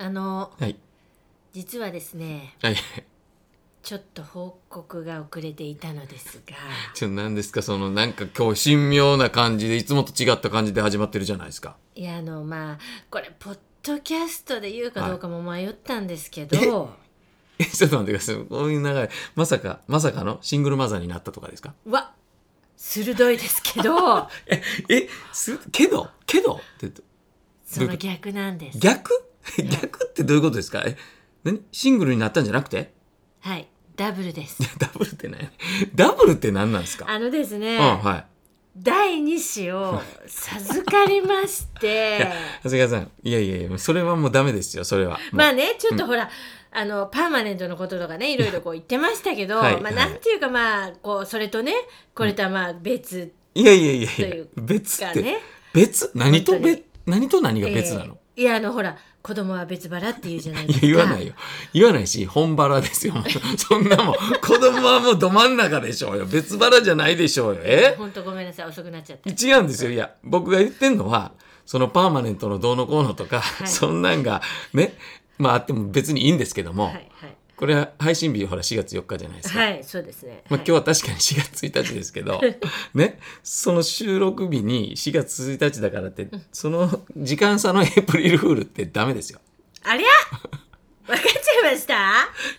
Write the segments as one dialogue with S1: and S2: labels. S1: の
S2: はい
S1: 実はですね
S2: はい
S1: ちょっと報告が遅れていたのですが
S2: ちょ何ですかそのなんか今日神妙な感じでいつもと違った感じで始まってるじゃないですか
S1: いやあのまあこれポッドキャストで言うかどうかも迷ったんですけど、
S2: えちょっと待ってくださいこういう流れまさかまさかのシングルマザーになったとかですか
S1: わ鋭いですけど
S2: ええすけどけどって
S1: その逆なんです
S2: 逆 逆ってどういうことですかえ何シングルになったんじゃなくて
S1: はいダブルです
S2: ダブルって何ダブルって何なんですか
S1: あのですね、
S2: うんはい
S1: 第2子を授かりまし
S2: いや
S1: て
S2: 長谷川さんいやいやいやそれはもうダメですよそれはもう
S1: まあねちょっとほら、あのパーマネントのこととかねいろいろこう言ってましたけど、
S2: は
S1: ま
S2: い
S1: あ、
S2: はい
S1: なんていうかまあこうそれとねこれとはまあ別
S2: いやいやいやいや
S1: という
S2: 別
S1: が
S2: っ
S1: ね、
S2: て、別何と
S1: 本当に
S2: 別何と何が別なの、
S1: えーいやあのほら子供は別腹って言うじゃない
S2: い
S1: で
S2: や
S1: すか
S2: 言わないよ言わないし本バラですよもうそんなもん子供はもうど真ん中でしょうよ別バラじゃないでしょうよえ
S1: 本当ごめんなさい遅くなっちゃって
S2: 違うんですよいや僕が言ってんのはそのパーマネントのどうのこうのとか、
S1: い
S2: そんなんがねまああっても別にいいんですけども、
S1: はいはい
S2: これは配信日ほら4月4日じゃないですか、
S1: はいそうですね、
S2: まあ、
S1: は
S2: 今
S1: い
S2: 日は確かに4月1日ですけど、 ね、その収録日に4月1日だからって、その時間差のエイプリルフールってダメですよ。
S1: ありゃ分かっちゃいまし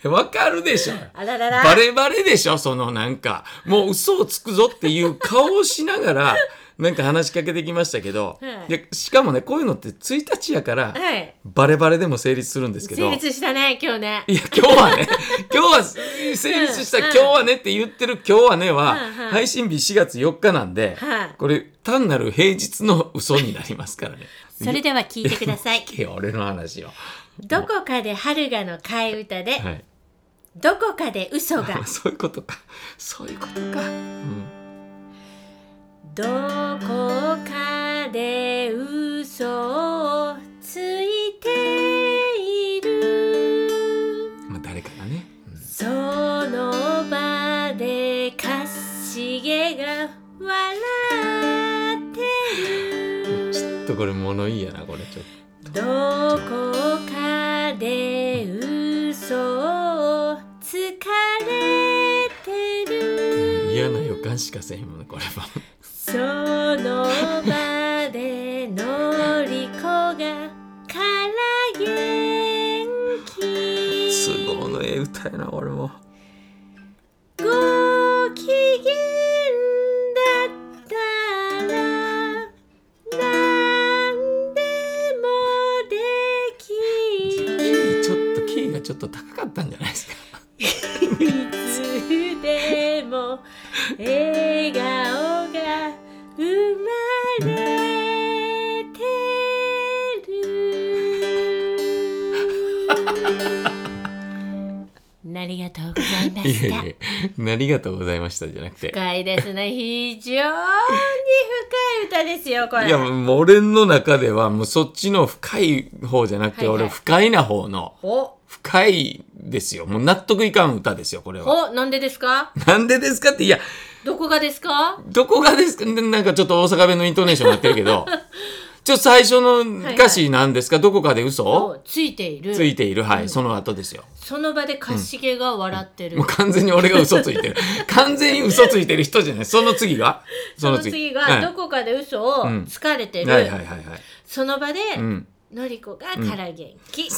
S1: た
S2: わかるでしょ
S1: あららら
S2: バレバレでしょそのなんか、もう嘘をつくぞっていう顔をしながら、 なんか話しかけてきましたけど、
S1: はい
S2: でしかもね、こういうのって1日やから、
S1: はい
S2: バレバレでも成立するんですけど、
S1: 成立したね今日ね
S2: いや、今日は ね、今日は成立した、
S1: うん
S2: 今日はねって言ってる今日はねは、
S1: うんうん
S2: 配信日4月4日なんで、
S1: はい
S2: これ単なる平日の嘘になりますからね。
S1: それでは聞いてください
S2: 聞けよ、俺の話を。
S1: どこかで春がの替え歌で
S2: はい。
S1: どこかで嘘が
S2: そういうことか。そういうことか。うん。
S1: どこかで嘘をついている
S2: まあ、誰かがね。
S1: その場でかしげが笑って
S2: うんちょっとこれ物いいやな、これちょっ
S1: るどこかで嘘をつかれて
S2: と。
S1: る
S2: もう嫌な予感しかせへんもんね、これは。
S1: その場でのりこがから元気
S2: 都合のええ歌やな、俺も。
S1: ご機嫌だったら何でもでき
S2: キ
S1: る
S2: ーちょっと、キーがちょっと高かったんじゃないですか。
S1: いつでも笑顔が生まれてるありがとうございま
S2: いや
S1: し
S2: い
S1: た
S2: や。、ありがとうございましたじゃなくて。
S1: 深いです ね非常に深い歌ですよこれ
S2: いや、もう俺の中では、もうそっちの深い方じゃなくて、
S1: はいはい
S2: 俺、不快な方の、
S1: お
S2: 深いですよ。もう納得いかん歌ですよ、これ
S1: お
S2: は。
S1: なんでですか
S2: なんでですかって、いや、
S1: どこがですか
S2: どこがですかななんかちょっと大阪弁のイントネーションになってるけど、 ちょっと最初の歌詞なんですか、どこかで嘘
S1: おついている
S2: ついている、はい、その後ですよ。
S1: その場でかしげが笑ってる、
S2: もう完全に俺が嘘つ いてる。完全に嘘ついてる人じゃない。その次が
S1: その次
S2: は
S1: が
S2: い
S1: どこかで嘘を
S2: ん
S1: つかれてる、
S2: はいはいはいはい。
S1: その場で、
S2: うん。
S1: のりこがから元気、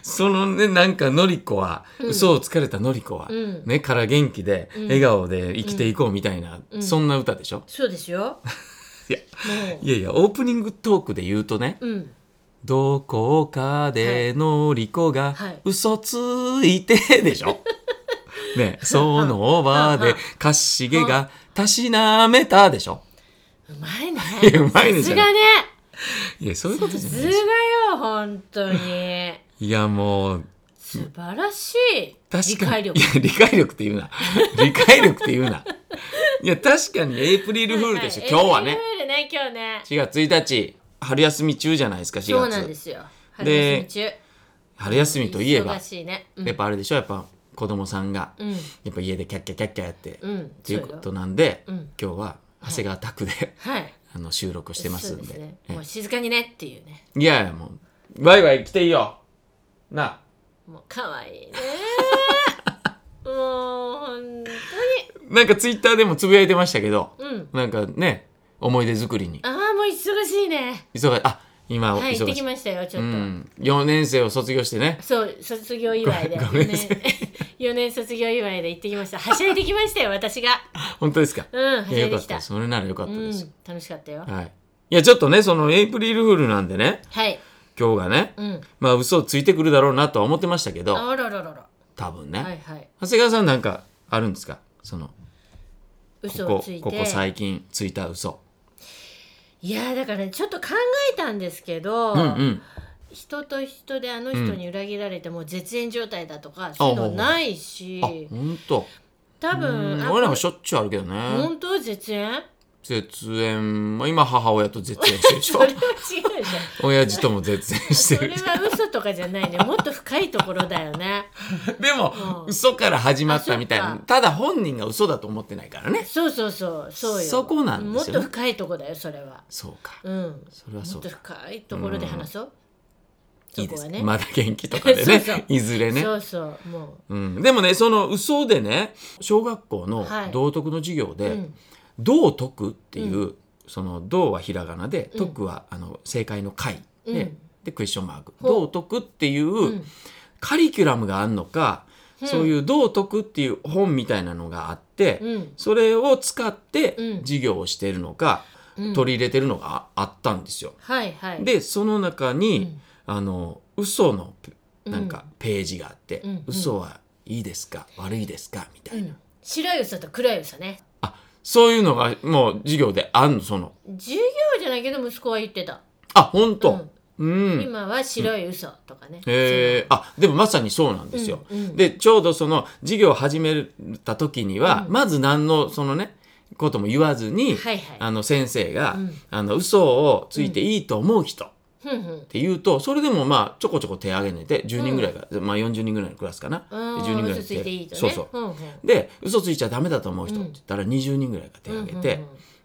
S2: そのね、なんか、のりこは、嘘をつかれたのりこは、
S1: うん
S2: ね、から元気で、笑顔で生きていこうみたいな、そんな歌でしょ
S1: そうですよ
S2: いや、
S1: も
S2: いやいや、オープニングトークで言うとね、
S1: ううん
S2: どこかでのりこが
S1: はい、
S2: 嘘ついて、で しょね、その場
S1: は
S2: で
S1: は、
S2: かしげが、たしなめたでしょ
S1: うまいね
S2: いやうまいね
S1: さ
S2: じ
S1: す
S2: ゃな
S1: が
S2: い
S1: ね
S2: いや、そういうこと
S1: さ
S2: じゃない
S1: すが
S2: でしょ
S1: よ本当に
S2: いや、もう、
S1: 素晴らしい
S2: 確
S1: 理
S2: か
S1: 解
S2: に。
S1: 力
S2: いや、理解力って言うな。理解力って言うな。いや、確かにエイプリルフールでしょ、今日はね。
S1: エイプリルフールね今日ね
S2: 4月1日、春休み中じゃないですか、4月。
S1: そうなんですよ春
S2: で
S1: 休み中
S2: 春休みといえば
S1: 忙、しいねうん
S2: やっぱあれでしょ、やっぱ子供さんが、
S1: うん
S2: やっぱ家でキャッキャキャッキャやって、
S1: うん
S2: っていう
S1: そう
S2: こ
S1: よ
S2: となんで、
S1: うん
S2: 今日は長谷川拓で、
S1: はい
S2: あの収録してますん
S1: そ
S2: で
S1: うですね
S2: え
S1: もう静かにねっていうね
S2: いやいやもうワイワイ来ていいよな
S1: もう可愛いね もう本
S2: なんかツイッターでもつぶやいてましたけど
S1: 当にうん
S2: なんかね思い出作りに
S1: ああもう忙しいね
S2: 忙しいあ今
S1: はい行っ
S2: 忙
S1: てき
S2: しい、
S1: ましたよちょ
S2: う
S1: っと、
S2: ん、4年生を卒業してね
S1: そう卒業祝いで
S2: ごめんごめんなさい
S1: 4年 四年卒業祝いで行ってきましたはしゃいできましたよ私が
S2: 本当ですか
S1: うんはいし
S2: や
S1: ゃ
S2: よ
S1: い
S2: か
S1: で
S2: っ
S1: きた
S2: たそれならよかったで
S1: う
S2: す、
S1: ん楽しかったよ
S2: はいいやちょっとねそのエイプリルフールなんでね
S1: はい
S2: 今日がね
S1: うん
S2: まあ嘘をついてくるだろうなとは思ってましたけど
S1: あらららら
S2: 多分ね、
S1: はいはい
S2: 長谷川さんなんかあるんですかその
S1: 嘘を
S2: ここ
S1: ついて
S2: ここ最近ついた嘘
S1: いやだからねちょっと考えたんですけど、
S2: うんうん
S1: 人と人であの人に裏切られてもう絶縁状態だとか、そういう
S2: ほう
S1: の
S2: ほう
S1: ないし
S2: あ本当。
S1: 多
S2: うん
S1: 分あ
S2: 俺なんかしょっちゅうあるけどね
S1: 本当絶縁
S2: 絶縁まあ今母親と絶縁してるでし
S1: それ は
S2: ょ
S1: 違うじゃん
S2: 親父とも 絶縁し
S1: そ
S2: て
S1: れ
S2: る
S1: は嘘とかじゃないねもっと深いところだよね
S2: でも嘘から始まったみたい
S1: あそ
S2: な
S1: っか
S2: ただ本人が嘘だと思ってないからね
S1: そうそうそうそうよ
S2: そこなんですよね
S1: もっと深いところだよそれは
S2: そうか
S1: うん
S2: それは
S1: も
S2: そ
S1: っ
S2: う
S1: と
S2: だ
S1: 深いところで話そう、
S2: い
S1: そ
S2: いで
S1: こは
S2: す
S1: ね
S2: まだ元気とか でね
S1: そうそう
S2: いずれね
S1: そうそうも
S2: うん、でもねその嘘でね小学校の
S1: はい
S2: 道徳の授業
S1: う、
S2: で「
S1: うん、
S2: 道徳」っていう、その「道」はひらがなで「徳は」あの正解の解で,、
S1: うん
S2: でクエスチョンマーク「
S1: ほう
S2: 道徳」っていう、
S1: ん
S2: カリキュラムがあるのか、
S1: うん
S2: そういう「道徳」っていう本みたいなのがあって、
S1: うん
S2: それを使って
S1: うん
S2: 授業をしてるのか、
S1: うん
S2: 取り入れてるのがああったんですよ。
S1: はいはい
S2: でその中
S1: う
S2: に、
S1: ん
S2: あの嘘の
S1: うん
S2: なんかページがあって「
S1: うんうん
S2: 嘘はいいですか悪いですか」みた
S1: う
S2: いな、
S1: ん、白い嘘と黒い嘘ね
S2: そういうのがもう授業であんのその
S1: 授業じゃないけど息子は言ってた、
S2: あ本当うん、
S1: うん
S2: へ
S1: 今は白い嘘とかね、
S2: えあでもまさにそうなんですよ。
S1: うんうん
S2: でちょうどその授業を始めた時には、まず何のそのねことも言わずに、
S1: はいはい
S2: あの先生が、
S1: うん
S2: あの嘘をついていいと思う人、
S1: ふんふん
S2: って言うとそれでもまあちょこちょこ手挙げてて10人ぐらいが、まあ40人ぐらいのクラスかな
S1: う
S2: で
S1: ん
S2: 10人ぐらい
S1: 嘘ついていいとね
S2: そうそう
S1: ふんふん
S2: で嘘ついちゃダメだと思う人って言ったら20人ぐらいが手挙げて、
S1: う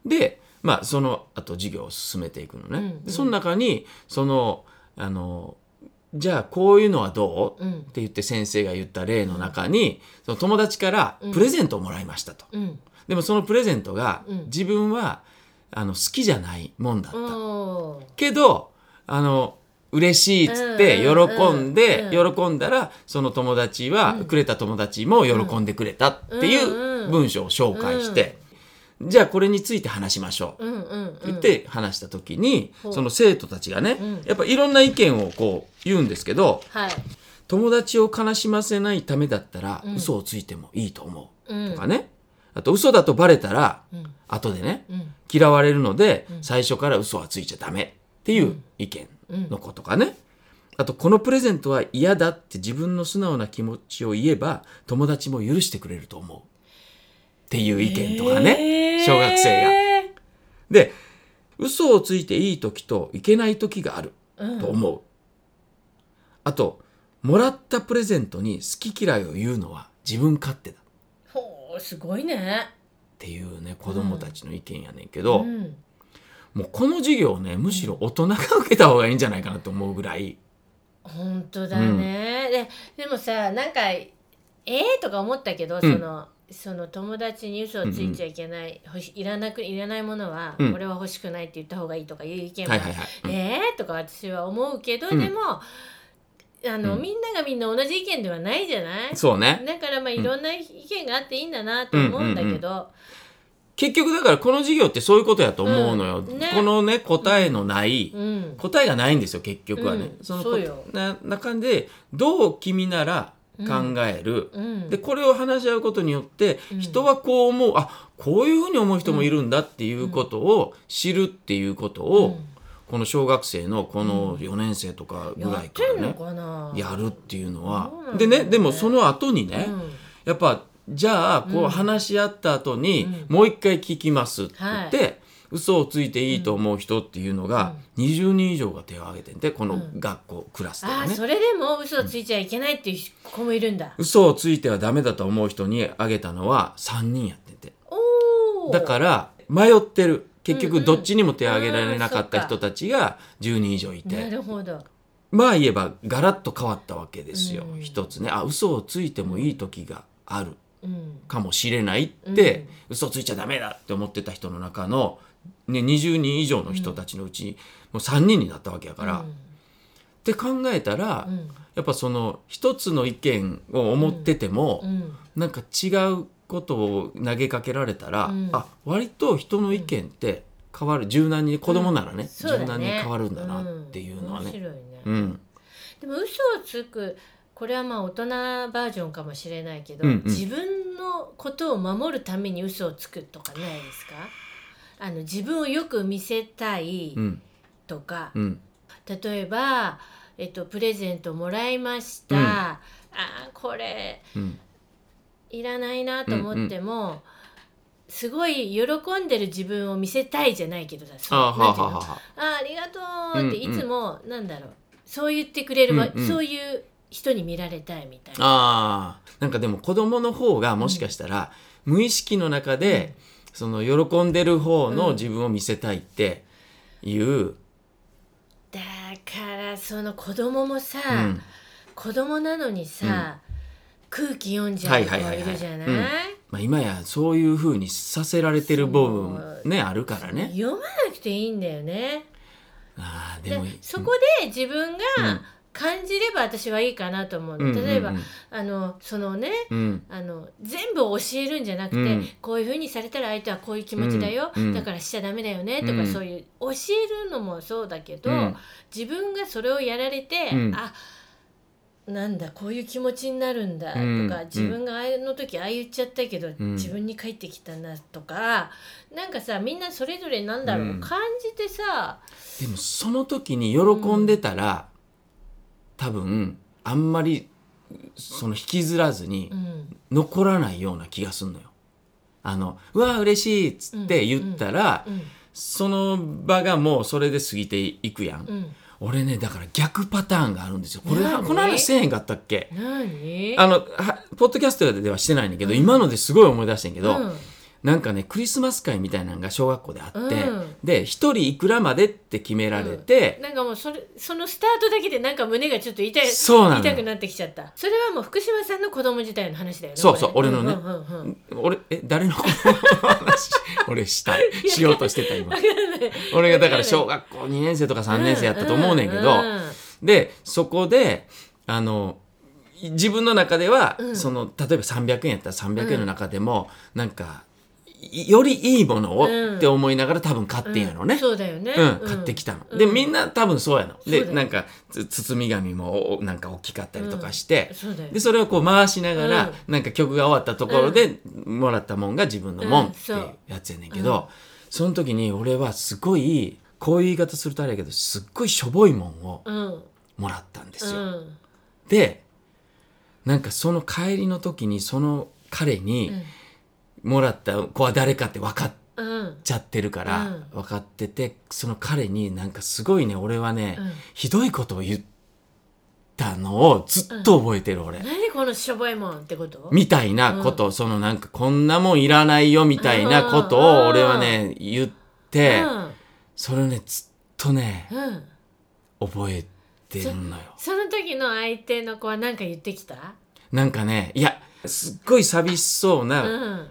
S1: んうん
S2: でまあその後授業を進めていくのね、
S1: うんうん
S2: でその中にそのあのじゃあこういうのはどう、
S1: うん
S2: って言って先生が言った例の中にその友達からプレゼントをもらいましたと、
S1: うん
S2: でもそのプレゼントが
S1: うん
S2: 自分はあの好きじゃないもんだった、
S1: おー
S2: けどあの嬉しいっつって
S1: うんうんうん
S2: 喜んで、
S1: う
S2: 喜んだらその友達は、くれた友達も喜んでくれたってい
S1: ん
S2: う
S1: うん
S2: 文章を紹介して、じゃあこれについて話しましょう
S1: うんうんうん
S2: って言って話した時に、
S1: ほう
S2: その生徒たちがね、
S1: うん
S2: やっぱいろんな意見をこう言うんですけど
S1: はい、
S2: 友達を悲しませないためだったら、
S1: ん
S2: 嘘をついてもいいと思
S1: う
S2: う、
S1: ん
S2: とかねあと嘘だとバレたら、
S1: うん
S2: 後でね、
S1: うん
S2: 嫌われるので、最初から嘘はついちゃダメっていう意見の子とかね、あとこのプレゼントは嫌だって自分の素直な気持ちを言えば友達も許してくれると思うっていう意見とかね、小学生が。
S1: 生
S2: で嘘をついていい時といけない時があると思う、あともらったプレゼントに好き嫌いを言うのは自分勝手だっ
S1: ほうすごいね。
S2: ていうね子供たちの意見やねんけ
S1: う
S2: ど、
S1: ん、
S2: もうこの授業ねむしろ大人が受けた方がいいんじゃないかなと思うぐらい
S1: 本当だね、ででもさなんかええとか思ったけど、
S2: うん
S1: そのその友達に嘘をついちゃいけない、欲しいらなくいらないものは、
S2: うん
S1: これは欲しくないって言った方がいいとかいう意見も、
S2: はいはいはい、うん
S1: ええとか私は思うけど、
S2: うん
S1: でもあの、
S2: うん
S1: みんながみんな同じ意見ではないじゃない
S2: そうね
S1: だからまあいろんな意見があっていいんだなと思うんだけど、
S2: 結局だからこの授業ってそういうことやと思うのよ、
S1: うんね
S2: このね答えのない、
S1: うん
S2: 答えがないんですよ結局はね、
S1: うん
S2: その
S1: そうよ
S2: な中でどう君なら考える、
S1: うん
S2: でこれを話し合うことによって
S1: うん
S2: 人はこう思う、あこういうふうに思う人もいるんだっていうことを知るっていうことを、この小学生のこの4年生とかぐ
S1: や
S2: ら
S1: っ
S2: いから
S1: てんの
S2: ね、
S1: かな
S2: やるっていうのは
S1: そうなんだ
S2: で
S1: ね
S2: ねでもその後にね、
S1: うん
S2: やっぱじゃあこう話し合った後に、もう一回聞きますって言って、嘘をついていいと思う人っていうのが、20人以上が手を挙げてんでこの学校、クラスで
S1: あ
S2: は
S1: あ
S2: ね
S1: それでも嘘をついちゃいけないっていう子もいるんだ。
S2: 嘘をついてはダメだと思う人に挙げたのは3人やってて
S1: おお。
S2: だから迷ってる結
S1: うんう
S2: 局
S1: ん
S2: どっちにも手を挙げられなかっ
S1: あ
S2: た
S1: ーそ
S2: 人
S1: っか
S2: たちが10人以上いて
S1: なるほど。
S2: まあ言えばガラッと変わったわけですよ、
S1: うん
S2: 一つねあ嘘をついてもいい時がある
S1: うん
S2: かもしれないっ
S1: う
S2: て、
S1: ん
S2: 嘘ついちゃダメだって思ってた人の中の、ね、20人以上の人たちのうち、もう3人になったわけやから、
S1: う
S2: っ
S1: ん
S2: て考えたら、
S1: うん
S2: やっぱその一つの意見を思ってても、
S1: うん
S2: なんか違うことを投げかけられたら、
S1: うん
S2: あ割と人の意見って変わる柔軟に子供ならね、
S1: そう
S2: 柔
S1: だ
S2: 軟に
S1: ね
S2: 変わるんだなっていうのは
S1: うん面
S2: ね。
S1: 白いね
S2: うん
S1: でも嘘をつくこれはまあ大人バージョンかもしれないけど、
S2: うんうん
S1: 自分のことを守るために嘘をつくとかないですかあの自分をよく見せたい
S2: うん
S1: とか、
S2: うん
S1: 例えば、えっと、プレゼントもらいました、
S2: うん
S1: あーこれ
S2: うん
S1: いらないなと思っても、すごい喜んでる自分を見せたいじゃないけどさ
S2: あ
S1: そう
S2: は
S1: な
S2: あ
S1: んていう
S2: は
S1: のあ
S2: あは
S1: ありがとうって
S2: う
S1: い
S2: んうん
S1: つも、なんだろうそう言ってくれるわ、
S2: うんうん
S1: そういう人に見られたいみたいな。
S2: ああーなんかでも子供の方がもしかしたら、無意識の中で、その喜んでる方の自分を見せたいっていう、うん
S1: だからその子供もさ、子供なのにさ、空気読んじゃう子
S2: はいはいはいはい
S1: いるじゃない,、
S2: うんまあ、今やそういう風にさせられてる部分
S1: そう
S2: ねあるからね。
S1: 読まなくていいんだよね。
S2: あー
S1: で
S2: でも
S1: そこで自分が
S2: うん
S1: 感じれば私はいいかなと思うの、
S2: うんうんうん
S1: 例えば、あのそのね
S2: うん
S1: あの全部教えるんじゃなくて、
S2: うん
S1: こういうふうにされたら相手はこういう気持ちだよ、
S2: うんうん
S1: だからしちゃダメだよねとか、
S2: うん
S1: そういう教えるのもそうだけど、
S2: うん
S1: 自分がそれをやられて、
S2: うん
S1: あなんだこういう気持ちになるんだとか、
S2: うん
S1: 自分があの時ああ言っちゃったけど、
S2: うん
S1: 自分に返ってきたなとかなんかさみんなそれぞれなんだろう、
S2: うん
S1: 感じてさ、
S2: でもその時に喜んでたら、多分あんまりその引きずらずに
S1: うん
S2: 残らないような気がすんのよ。あの「うわー嬉しい」っつって言ったら、
S1: うん
S2: その場がもうそれで過ぎていくやん。
S1: うん、
S2: 俺ねだから逆パターンがあるんですよ。これ
S1: 何
S2: この話せえへんかったっけ
S1: 何
S2: あのはポッドキャストではしてないんだけど、今のですごい思い出してんけど、
S1: うん
S2: なんかねクリスマス会みたいなのが小学校であって、
S1: うん
S2: で一人いくらまでって決められて、
S1: なんかもうそれそのスタートだけでなんか胸がちょっと痛い
S2: そうなのよ
S1: 痛くなってきちゃったそれはもう福島さんの子供時代の話だよね
S2: そうそう
S1: これ
S2: 俺のね
S1: うんうんうんうん
S2: 俺え誰の子供の話 俺したいしようとしてた今俺がだから小学校2年生とか3年生やったと思うねんけど、
S1: うんうん
S2: でそこであのい自分の中では、
S1: うん
S2: その例えば300円やったら300円の中でも、なんかいよりいいものを、
S1: うん
S2: って思いながら多分買ってんやろね、
S1: そうだよね、
S2: うん、買ってきたの。で、みん
S1: な
S2: な多分そうやの。
S1: そう
S2: で、
S1: だよ
S2: なんか、つ包み紙も、おなんか大きかったりとかして、
S1: そうだよ
S2: で、それをこう回しながら、
S1: う
S2: なんか曲が終わったところで、もらったもんが自分のもんっていうやつやねんけど、
S1: うんそう
S2: その時に俺はすごい、こういう言い方するとあれやけど、すっごいしょぼいもんを
S1: うん
S2: もらったんで
S1: う
S2: すよ。
S1: ん
S2: で、なんかその帰りの時に、その彼にもらった子は誰かって分かっ
S1: うんうん
S2: ちゃってるから、
S1: うん
S2: 分かっててその彼になんかすごいね俺はね、
S1: うん
S2: ひどいことを言ったのをずっと覚えてる俺、
S1: 何このしょぼいもんってこと
S2: みたいなこと、そのなんかこんなもんいらないよみたいなこと
S1: うん
S2: を俺はね言って、
S1: うん
S2: それをねずっとね
S1: うん、
S2: 覚えてるのよ
S1: その時の相手の子は何か言ってきた
S2: なんかねいやすっごい寂しそ
S1: う
S2: うなん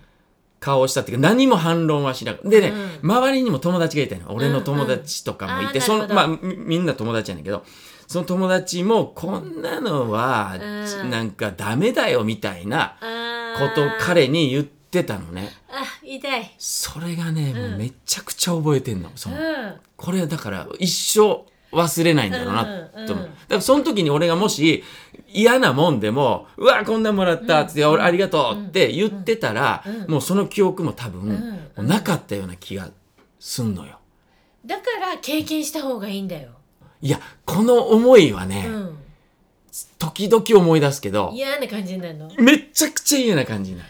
S2: 顔をしたっていうか何も反論はしなかったでね、
S1: う
S2: 周りにも友達がいたの俺の友達とかもい
S1: う
S2: て、
S1: んうん
S2: その
S1: あー
S2: ま
S1: な
S2: あ
S1: る
S2: みみんな友達やねんけどその友達もこんなのは、
S1: うん
S2: なんかダメだよみたいな
S1: あ
S2: こ
S1: ー
S2: とを彼に言ってたのね
S1: あ痛い
S2: それがね、もううんめちゃくちゃ覚えてんのそうの
S1: ん
S2: これだから一生忘れないんだろうなと思う、
S1: うんうん
S2: だからその時に俺がもし嫌なもんでも「うわこんなんもらった」っつって「俺ありがとう」って言ってたら、
S1: うん
S2: もうその記憶も多分、
S1: ん
S2: もうなかったような気がすんのよ。
S1: だから経験した方がいいんだよ。
S2: いやこの思いはね、
S1: うん。
S2: 時々思い出すけど
S1: 嫌な感じになるの。
S2: めっちゃくちゃ嫌な感じになる。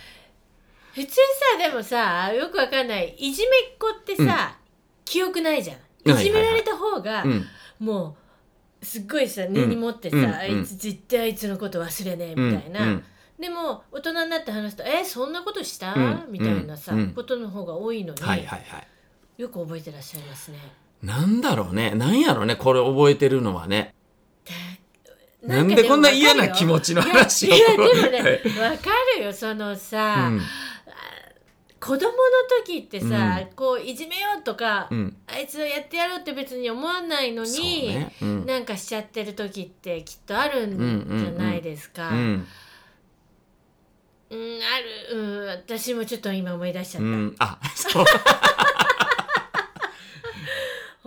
S1: 普通さでもさよくわかんないいじめっ子ってさ、記憶ないじゃん。
S2: い
S1: い
S2: はい
S1: じめられた方が、
S2: うん
S1: もうすっごいさ根に持ってさ、
S2: うん
S1: あいつ絶対あいつのこと忘れねえみたいな。
S2: うん
S1: でも大人になって話すと「えそんなことした
S2: うん
S1: みたいなさ、
S2: うん
S1: ことの方が多いのに、
S2: はいはいはい。
S1: よく覚えてらっしゃいますね。
S2: なんだろうねなんやろうねこれ覚えてるのはね。
S1: だ
S2: なんでこんな嫌な気持ちの話を
S1: いやでもね
S2: はい
S1: わかるよそのさ、
S2: うん
S1: 子供の時ってさ、こういじめようとか、
S2: うん
S1: あいつをやってやろうって別に思わないの
S2: そう
S1: に、
S2: ねうん
S1: なんかしちゃってる時ってきっとあるんじゃないですか。
S2: う
S1: うん
S2: ん
S1: ある、うん、私もちょっと今思い出しちゃっ
S2: う
S1: た。
S2: んあそう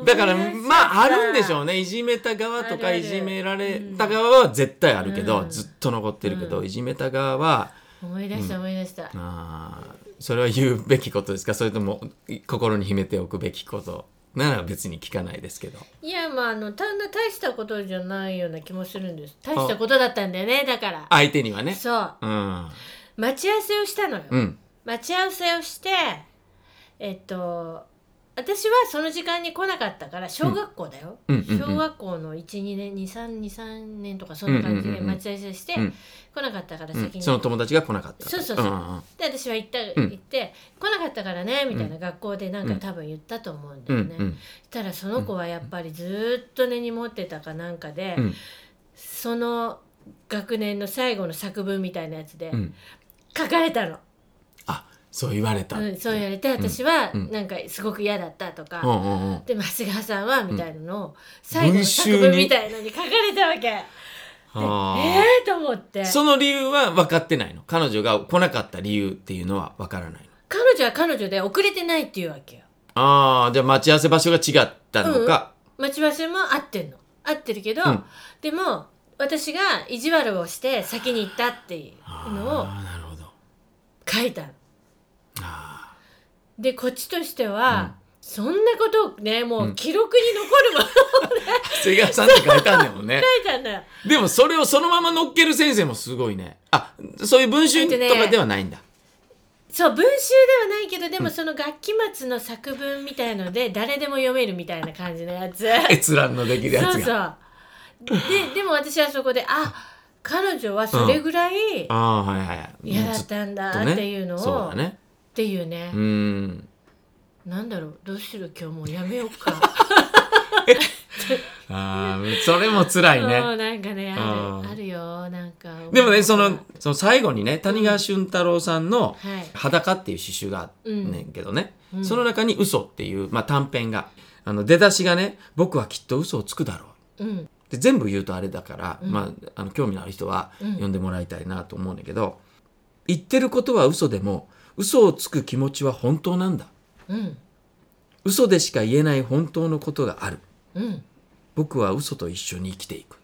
S2: だからまああるんでしょう
S1: ね。
S2: ねいじめた側と
S1: あ
S2: か
S1: るある
S2: いじめられた側は絶対あるけど、
S1: うん
S2: ずっと残ってるけど、
S1: うん
S2: いじめた側は
S1: 思い出した思い出した。
S2: あーそれは言うべきことですかそれともい心に秘めておくべきことなら別に聞かないですけど
S1: いやまああの単な大したことじゃないような気もするんです。大したことだったんだよねだから。
S2: 相手にはね
S1: そう
S2: うん
S1: 待ち合わせをしたのよ。
S2: うん
S1: 待ち合わせをしてえっと私はその時間に来なかったから小学校だよ、
S2: うんうんうんうん
S1: 小学校の12年2323年とかそんな感じ
S2: うんうん
S1: で
S2: うんうん
S1: 待ち合わせして、
S2: うん
S1: 来なかったから
S2: う
S1: 先に、
S2: ん、その友達が来なかった
S1: そうそうそう
S2: うん
S1: で私は行った
S2: ん
S1: 行って、来なかったからねみたいな、
S2: う
S1: 学校でなんか多分言ったと思うんだ
S2: うん
S1: よ
S2: う
S1: ね、
S2: ん
S1: したらその子はやっぱりずっと根に持ってたかなんかで、
S2: うん
S1: その学年の最後の作文みたいなやつで
S2: うん
S1: 書かれたの、
S2: あそう言われた、
S1: うん、そう言われて私は
S2: うん
S1: なんかすごく嫌だったとか、
S2: うんうんうん
S1: で長谷川さんはみたいなのを最後の作文みたいのに書かれたわけ。でえ
S2: あー
S1: えー、と思って
S2: その理由は分かってないの彼女が来なかった理由っていうのは分からないの
S1: 彼女は彼女で遅れてないっていうわけよ。
S2: ああじゃあ待ち合わせ場所が違ったのか、
S1: 待ち合わせも合ってんの合ってるけど、
S2: うん
S1: でも私が意地悪をして先に行ったっていうのを
S2: ああなるほど
S1: 書いたの。
S2: あ
S1: でこっちとしては、
S2: うん
S1: そんなことをねもう記録に残るものを
S2: あ長谷川さんって書いたんだもん ね
S1: 書いたんだよ。
S2: でもそれをそのまま乗っける先生もすごいねあそういう文集とかではないんだ、
S1: そう文集ではないけどでもその学期末の作文みたいので誰でも読めるみたいな感じのやつ
S2: 閲覧のできるやつが
S1: そうそうででも私はそこであ彼女はそれぐらい
S2: ああはいはいはい
S1: 嫌だ
S2: ず
S1: っ
S2: と
S1: たんだ
S2: ね
S1: っていうのを、
S2: そうだね
S1: っていうね
S2: う、ーん
S1: なんだろうどうしろ今日もうやめよう か
S2: ああそれも辛いね
S1: もうなんかねあ
S2: うん
S1: るあるよなんか
S2: でもね、そ
S1: は
S2: の、その最後にね、谷川俊太郎さんの
S1: はい、
S2: 裸っていう詩集があんねんけどね、
S1: うん
S2: その中に嘘っていう、まあ、短編が、あの、出だしがね、僕はきっと嘘をつくだろう。
S1: うん
S2: で全部言うとあれだから、
S1: うん
S2: まあ、あの興味のある人は
S1: うん
S2: 読んでもらいたいなと思うんだけど、言ってることは嘘でも、嘘をつく気持ちは本当なんだ。
S1: うん
S2: 嘘でしか言えない本当のことがある。
S1: うん
S2: 僕は嘘と一緒に生きていく。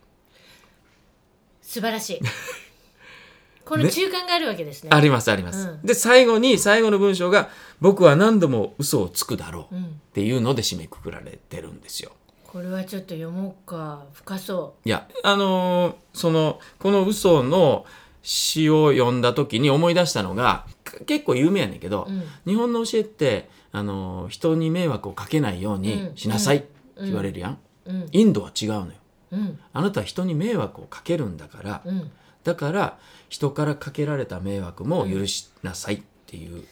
S1: 素晴ら しいこの
S2: ね
S1: 中間があるわけですね
S2: ありますあります。
S1: うん
S2: で、最後に、最後の文章が、僕は何度も嘘をつくだろう。
S1: うん
S2: っていうので締めくくられてるんですよ。
S1: これはちょっと読もうか深そ
S2: いやあのーそのこの「嘘の詩を読んだ時に思い出したのがか結構有名やねんけど、
S1: うん
S2: 日本の教えって、あのー人に迷惑をかけないようにしなさいって言われるやん、
S1: ううん
S2: インドは違うのよ。
S1: うん
S2: あなたは人に迷惑をかけるんだから、
S1: うん
S2: だから人からかけられた迷惑も許しなさいっていう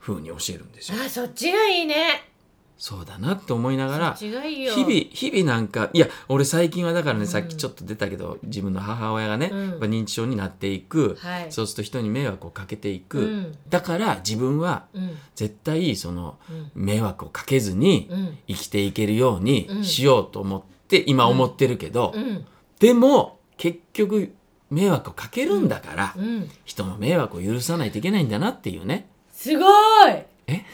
S2: 風に教えるんですよ。
S1: あそっちがいいね
S2: そうだなって思いなが
S1: そ
S2: ら
S1: っちがいいよ
S2: 日々日々なんかいや俺最近はだからね、
S1: うん
S2: さっきちょっと出たけど自分の母親がね、
S1: うん
S2: やっぱ認知症になっていく、
S1: はい
S2: そうすると人に迷惑をかけていく、
S1: うん
S2: だから自分は
S1: うん
S2: 絶対その
S1: うん
S2: 迷惑をかけずに
S1: うん
S2: 生きていけるよう
S1: う
S2: に
S1: ん
S2: しようと思って今思ってるけど、
S1: うん
S2: でも結局迷惑をかけるんだから、
S1: うん
S2: 人の迷惑を許さないといけないんだなっていうね。
S1: すごい
S2: え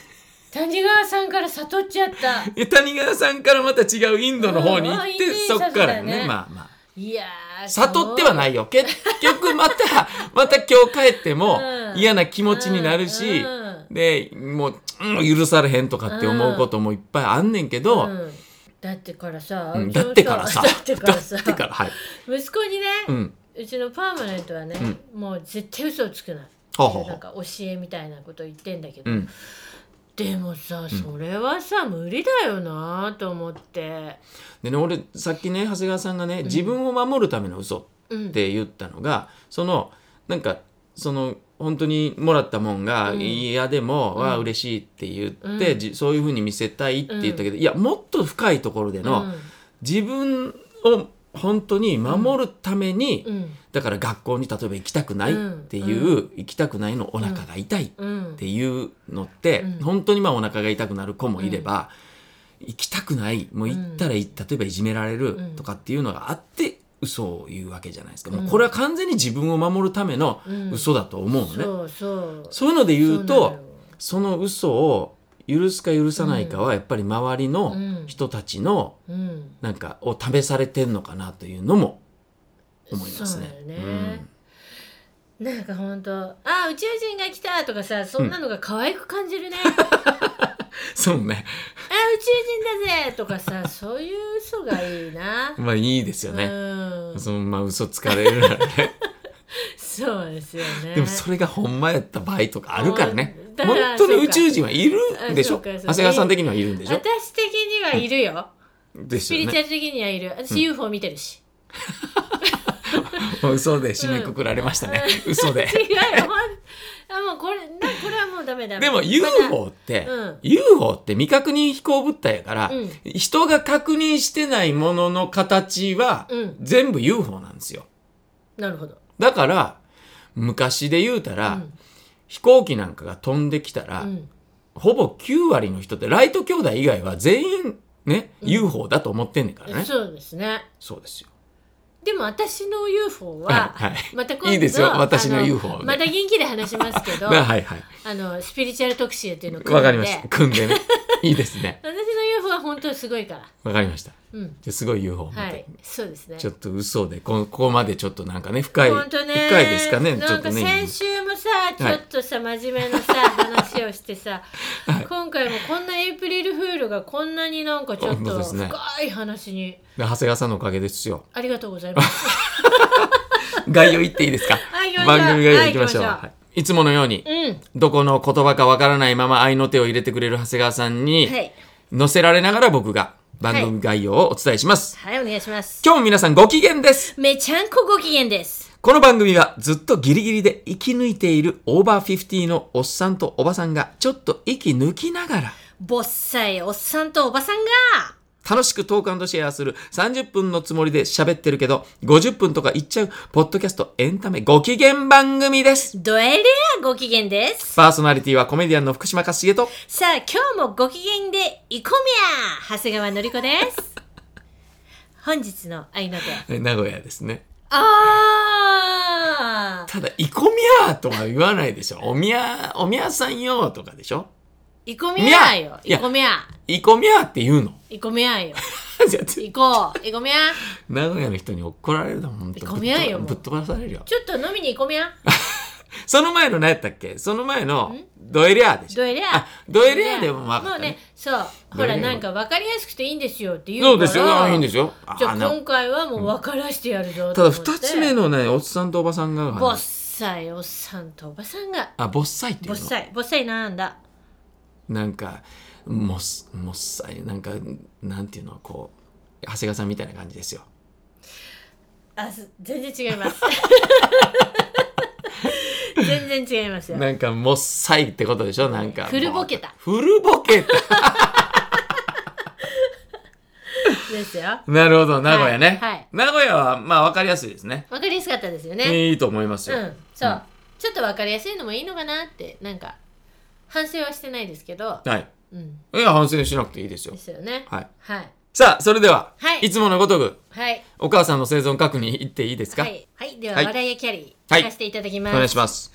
S1: 谷川さんから悟っちゃった
S2: え谷川さんからまた違うインドの方に行っ
S1: うん
S2: て、
S1: うん
S2: そっから
S1: インドに行ったんだよ
S2: ね
S1: ね
S2: まあまあ
S1: いやー
S2: 悟ってはないいよ結局 またまた今日帰っても
S1: うん
S2: 嫌な気持ちになるし、
S1: うん
S2: でもう、うん許されへんとかって思うこともいっぱいあんねんけど、
S1: うんだってからさ
S2: うん
S1: うちの
S2: だってからさ
S1: だってからさ
S2: だってからはい、
S1: 息子にね
S2: うん、
S1: うちのパーマネントはねもう絶対嘘をつくな
S2: ほうほうほ
S1: なん
S2: う
S1: か教えみたいなこと言ってんだけど
S2: うん、
S1: でもさ、それはさ無理だよなと思って、
S2: でね俺さっきね長谷川さんがね自分を守るための嘘
S1: うん、
S2: って言ったのがそのなんかその本当にもらったもんが
S1: うん
S2: 嫌でも、
S1: うん
S2: わあ嬉しいって言って、
S1: うん
S2: じそういうふうに見せたいって言ったけど、いやもっと深いところでの、
S1: うん
S2: 自分を本当に守るために、
S1: うん
S2: だから学校に例えば行きたくないっていう、
S1: う
S2: 行きたくないのお腹が痛いっ
S1: うん
S2: ていうのって、
S1: うん
S2: 本当にまあお腹が痛くなる子もいれば、行きたくないもう行ったらい、例えばいじめられるとかっていうのがあって嘘を言うわけじゃないですか、もうこれは完全に自分を守るための
S1: うん
S2: 嘘だと思うのね、
S1: そうそう
S2: そういうので
S1: そな
S2: 言う
S1: の
S2: と
S1: よ
S2: その嘘を許すか許さないかはやっぱり周りの
S1: うん
S2: 人たちの
S1: うん
S2: なんかを試されてんのかなというのも思いますね
S1: そう。だよねなんか本当あー宇宙人が来たとかさそんなのが可愛く感じるね、あー宇
S2: うんそうね。
S1: 宙人だぜとかさそういう嘘がいいな、
S2: まあいいですよね。
S1: うん
S2: そのまあ嘘つかれるなら ね。
S1: そうですよね
S2: でもそれがほんまやった場合とかあるからね。
S1: だか
S2: 本
S1: ら
S2: 当に宇宙人はいるんでし
S1: あそう
S2: ょ
S1: かそう
S2: 長
S1: か
S2: 谷川さん的にはいるんでしょ
S1: 私的にはいるよ、
S2: で
S1: ス
S2: す
S1: ピ
S2: よ
S1: リチュア
S2: ね。
S1: ル的にはいる私 UFO 見てるし、
S2: もう嘘で締めくくられましたね。嘘 で。
S1: 違うよほんあもうこれなこれはもうダメだ
S2: でも UFO って、
S1: うん
S2: UFO って未確認飛行物体やから、
S1: うん
S2: 人が確認してないものの形は
S1: うん
S2: 全部 UFO なんですよ。
S1: なるほど、
S2: だから昔で言うた
S1: う
S2: ら、
S1: ん
S2: 飛行機なんかが飛んできたら、
S1: うん、
S2: ほぼ9割の人ってライト兄弟以外は全員ね、UFO だと思ってんねんからね。
S1: そうですね
S2: そうですよ。
S1: でも私の UFO は、
S2: はいはい
S1: また今度
S2: いいですよ私の
S1: あ
S2: UFO で
S1: また元気で話しますけ ど
S2: まあはいはい。
S1: あのスピリチュアル特集っていうのを組んで
S2: わかりました。組んでね。いいですね。
S1: 私の UFO は本当にすごいから
S2: わかりました。
S1: うん
S2: じゃあすごい UFO を持って。
S1: はいそうですね
S2: ちょっと嘘でこここまでちょっとなんかね深い
S1: 本当ね
S2: 深いですかねちょ
S1: な
S2: っ
S1: ん
S2: と
S1: か
S2: ね
S1: 先週もさ、ちょ
S2: はい
S1: っとさ真面目 なさ話をしてさ、今回もこんなエイプリルフールがこんなになんかちょっ
S2: 本当
S1: と
S2: ですね
S1: 深い話に、
S2: で長谷川さんのおかげですよ
S1: ありがとうございます。
S2: 概要言っていいですか
S1: はい行きましょう
S2: 番組概要いきましょう、
S1: はい行きましょう
S2: はいいつものように、
S1: うん
S2: どこの言葉かわからないまま愛の手を入れてくれる長谷川さんに
S1: はい
S2: 乗せられながら僕が番組概要をお伝えします、
S1: はいお願いします。
S2: 今日も皆さんご機嫌です
S1: めちゃんこご機嫌です。
S2: この番組はずっとギリギリで生き抜いているオーバーフィフティのおっさんとおばさんがちょっと息抜きながら
S1: ぼっさいおっさんとおばさんが
S2: 楽しくトークシェアする30分のつもりで喋ってるけど50分とかいっちゃうポッドキャストエンタメご機嫌番組です
S1: ドエレアご機嫌です。
S2: パーソナリティはコメディアンの福島かしげと
S1: さあ今日もご機嫌でいこみや長谷川のりこ です。本日の愛の手。
S2: え名古屋ですね
S1: ああ
S2: ただ「いこみやー」とは言わないでしょ「おみやおみやさんよ」とかでしょ
S1: イコミアーよ。
S2: いや
S1: イコミアー。
S2: 「いこみやー」って言うの
S1: イコミアーよ。
S2: じゃあ
S1: 行こう。イコミアー。
S2: 名古屋の人に怒られるだもんと
S1: いこみやーよ
S2: ぶっ飛ばぶっ飛ばされるよ
S1: ちょっと飲みにイコミアー。
S2: その前の何やったっけその前のドエリアーでしょ
S1: ドエレア
S2: あ。ドエレアでもまあ
S1: もうね、そう。ほ
S2: ドエレ
S1: ら、
S2: ア
S1: なんか分かりやすくていいんですよって言うから。
S2: そうですよあいいんですよあ
S1: じゃあ
S2: な
S1: 今回はもう分からしてやるぞ
S2: ただ2つ目
S1: の。
S2: のねおっさんとおばさんが
S1: ぼっさいおっさんとおばさんが。
S2: あぼっさいってい
S1: ぼ
S2: う
S1: っ
S2: の
S1: さい。ぼっさいなんだ。
S2: なんかもっもっさいなんかなんていうのこう長谷川さんみたいな感じですよ
S1: あ、す全然違い ます。全然違いますよ。
S2: なんかもっさいってことでしょなんか
S1: 古ぼけた
S2: 古ぼけ た
S1: ですよ。
S2: なるほど名古屋ね、
S1: はいはい
S2: 名古屋はまあ分かりやすいですね
S1: 分かりやすかったですよね。
S2: いいと思いますよ、
S1: うん、そう、
S2: うん
S1: ちょっと分かりやすいのもいいのかなってなんか反省はしてないですけど、
S2: はい
S1: うん、
S2: いや反省しなくていいですよ
S1: ですよね
S2: はい
S1: はい
S2: さあそれでは、
S1: はい
S2: つものごとく
S1: はい
S2: お母さんの生存確認行っていいですか、
S1: はい、はい、では、
S2: はい
S1: マライア・キャリー
S2: はい
S1: 聞かせていただき
S2: お
S1: ます、
S2: 願いします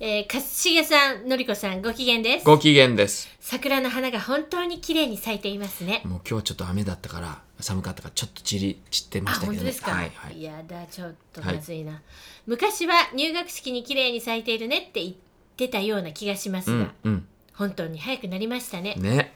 S1: えー、かしげさんのりこさんご機嫌です
S2: ご機嫌です
S1: 桜の花が本当に綺麗に咲いていますね
S2: もう今日はちょっと雨だったから寒かったからちょっと散り散ってま
S1: あ
S2: したけ
S1: 本
S2: ど
S1: 当ですか、
S2: はいはい
S1: やだちょっとまずいな、昔は入学式に綺麗に咲いているねって言ってたような気がします
S2: う
S1: が、
S2: んうん
S1: 本当に早くなりましたね
S2: ね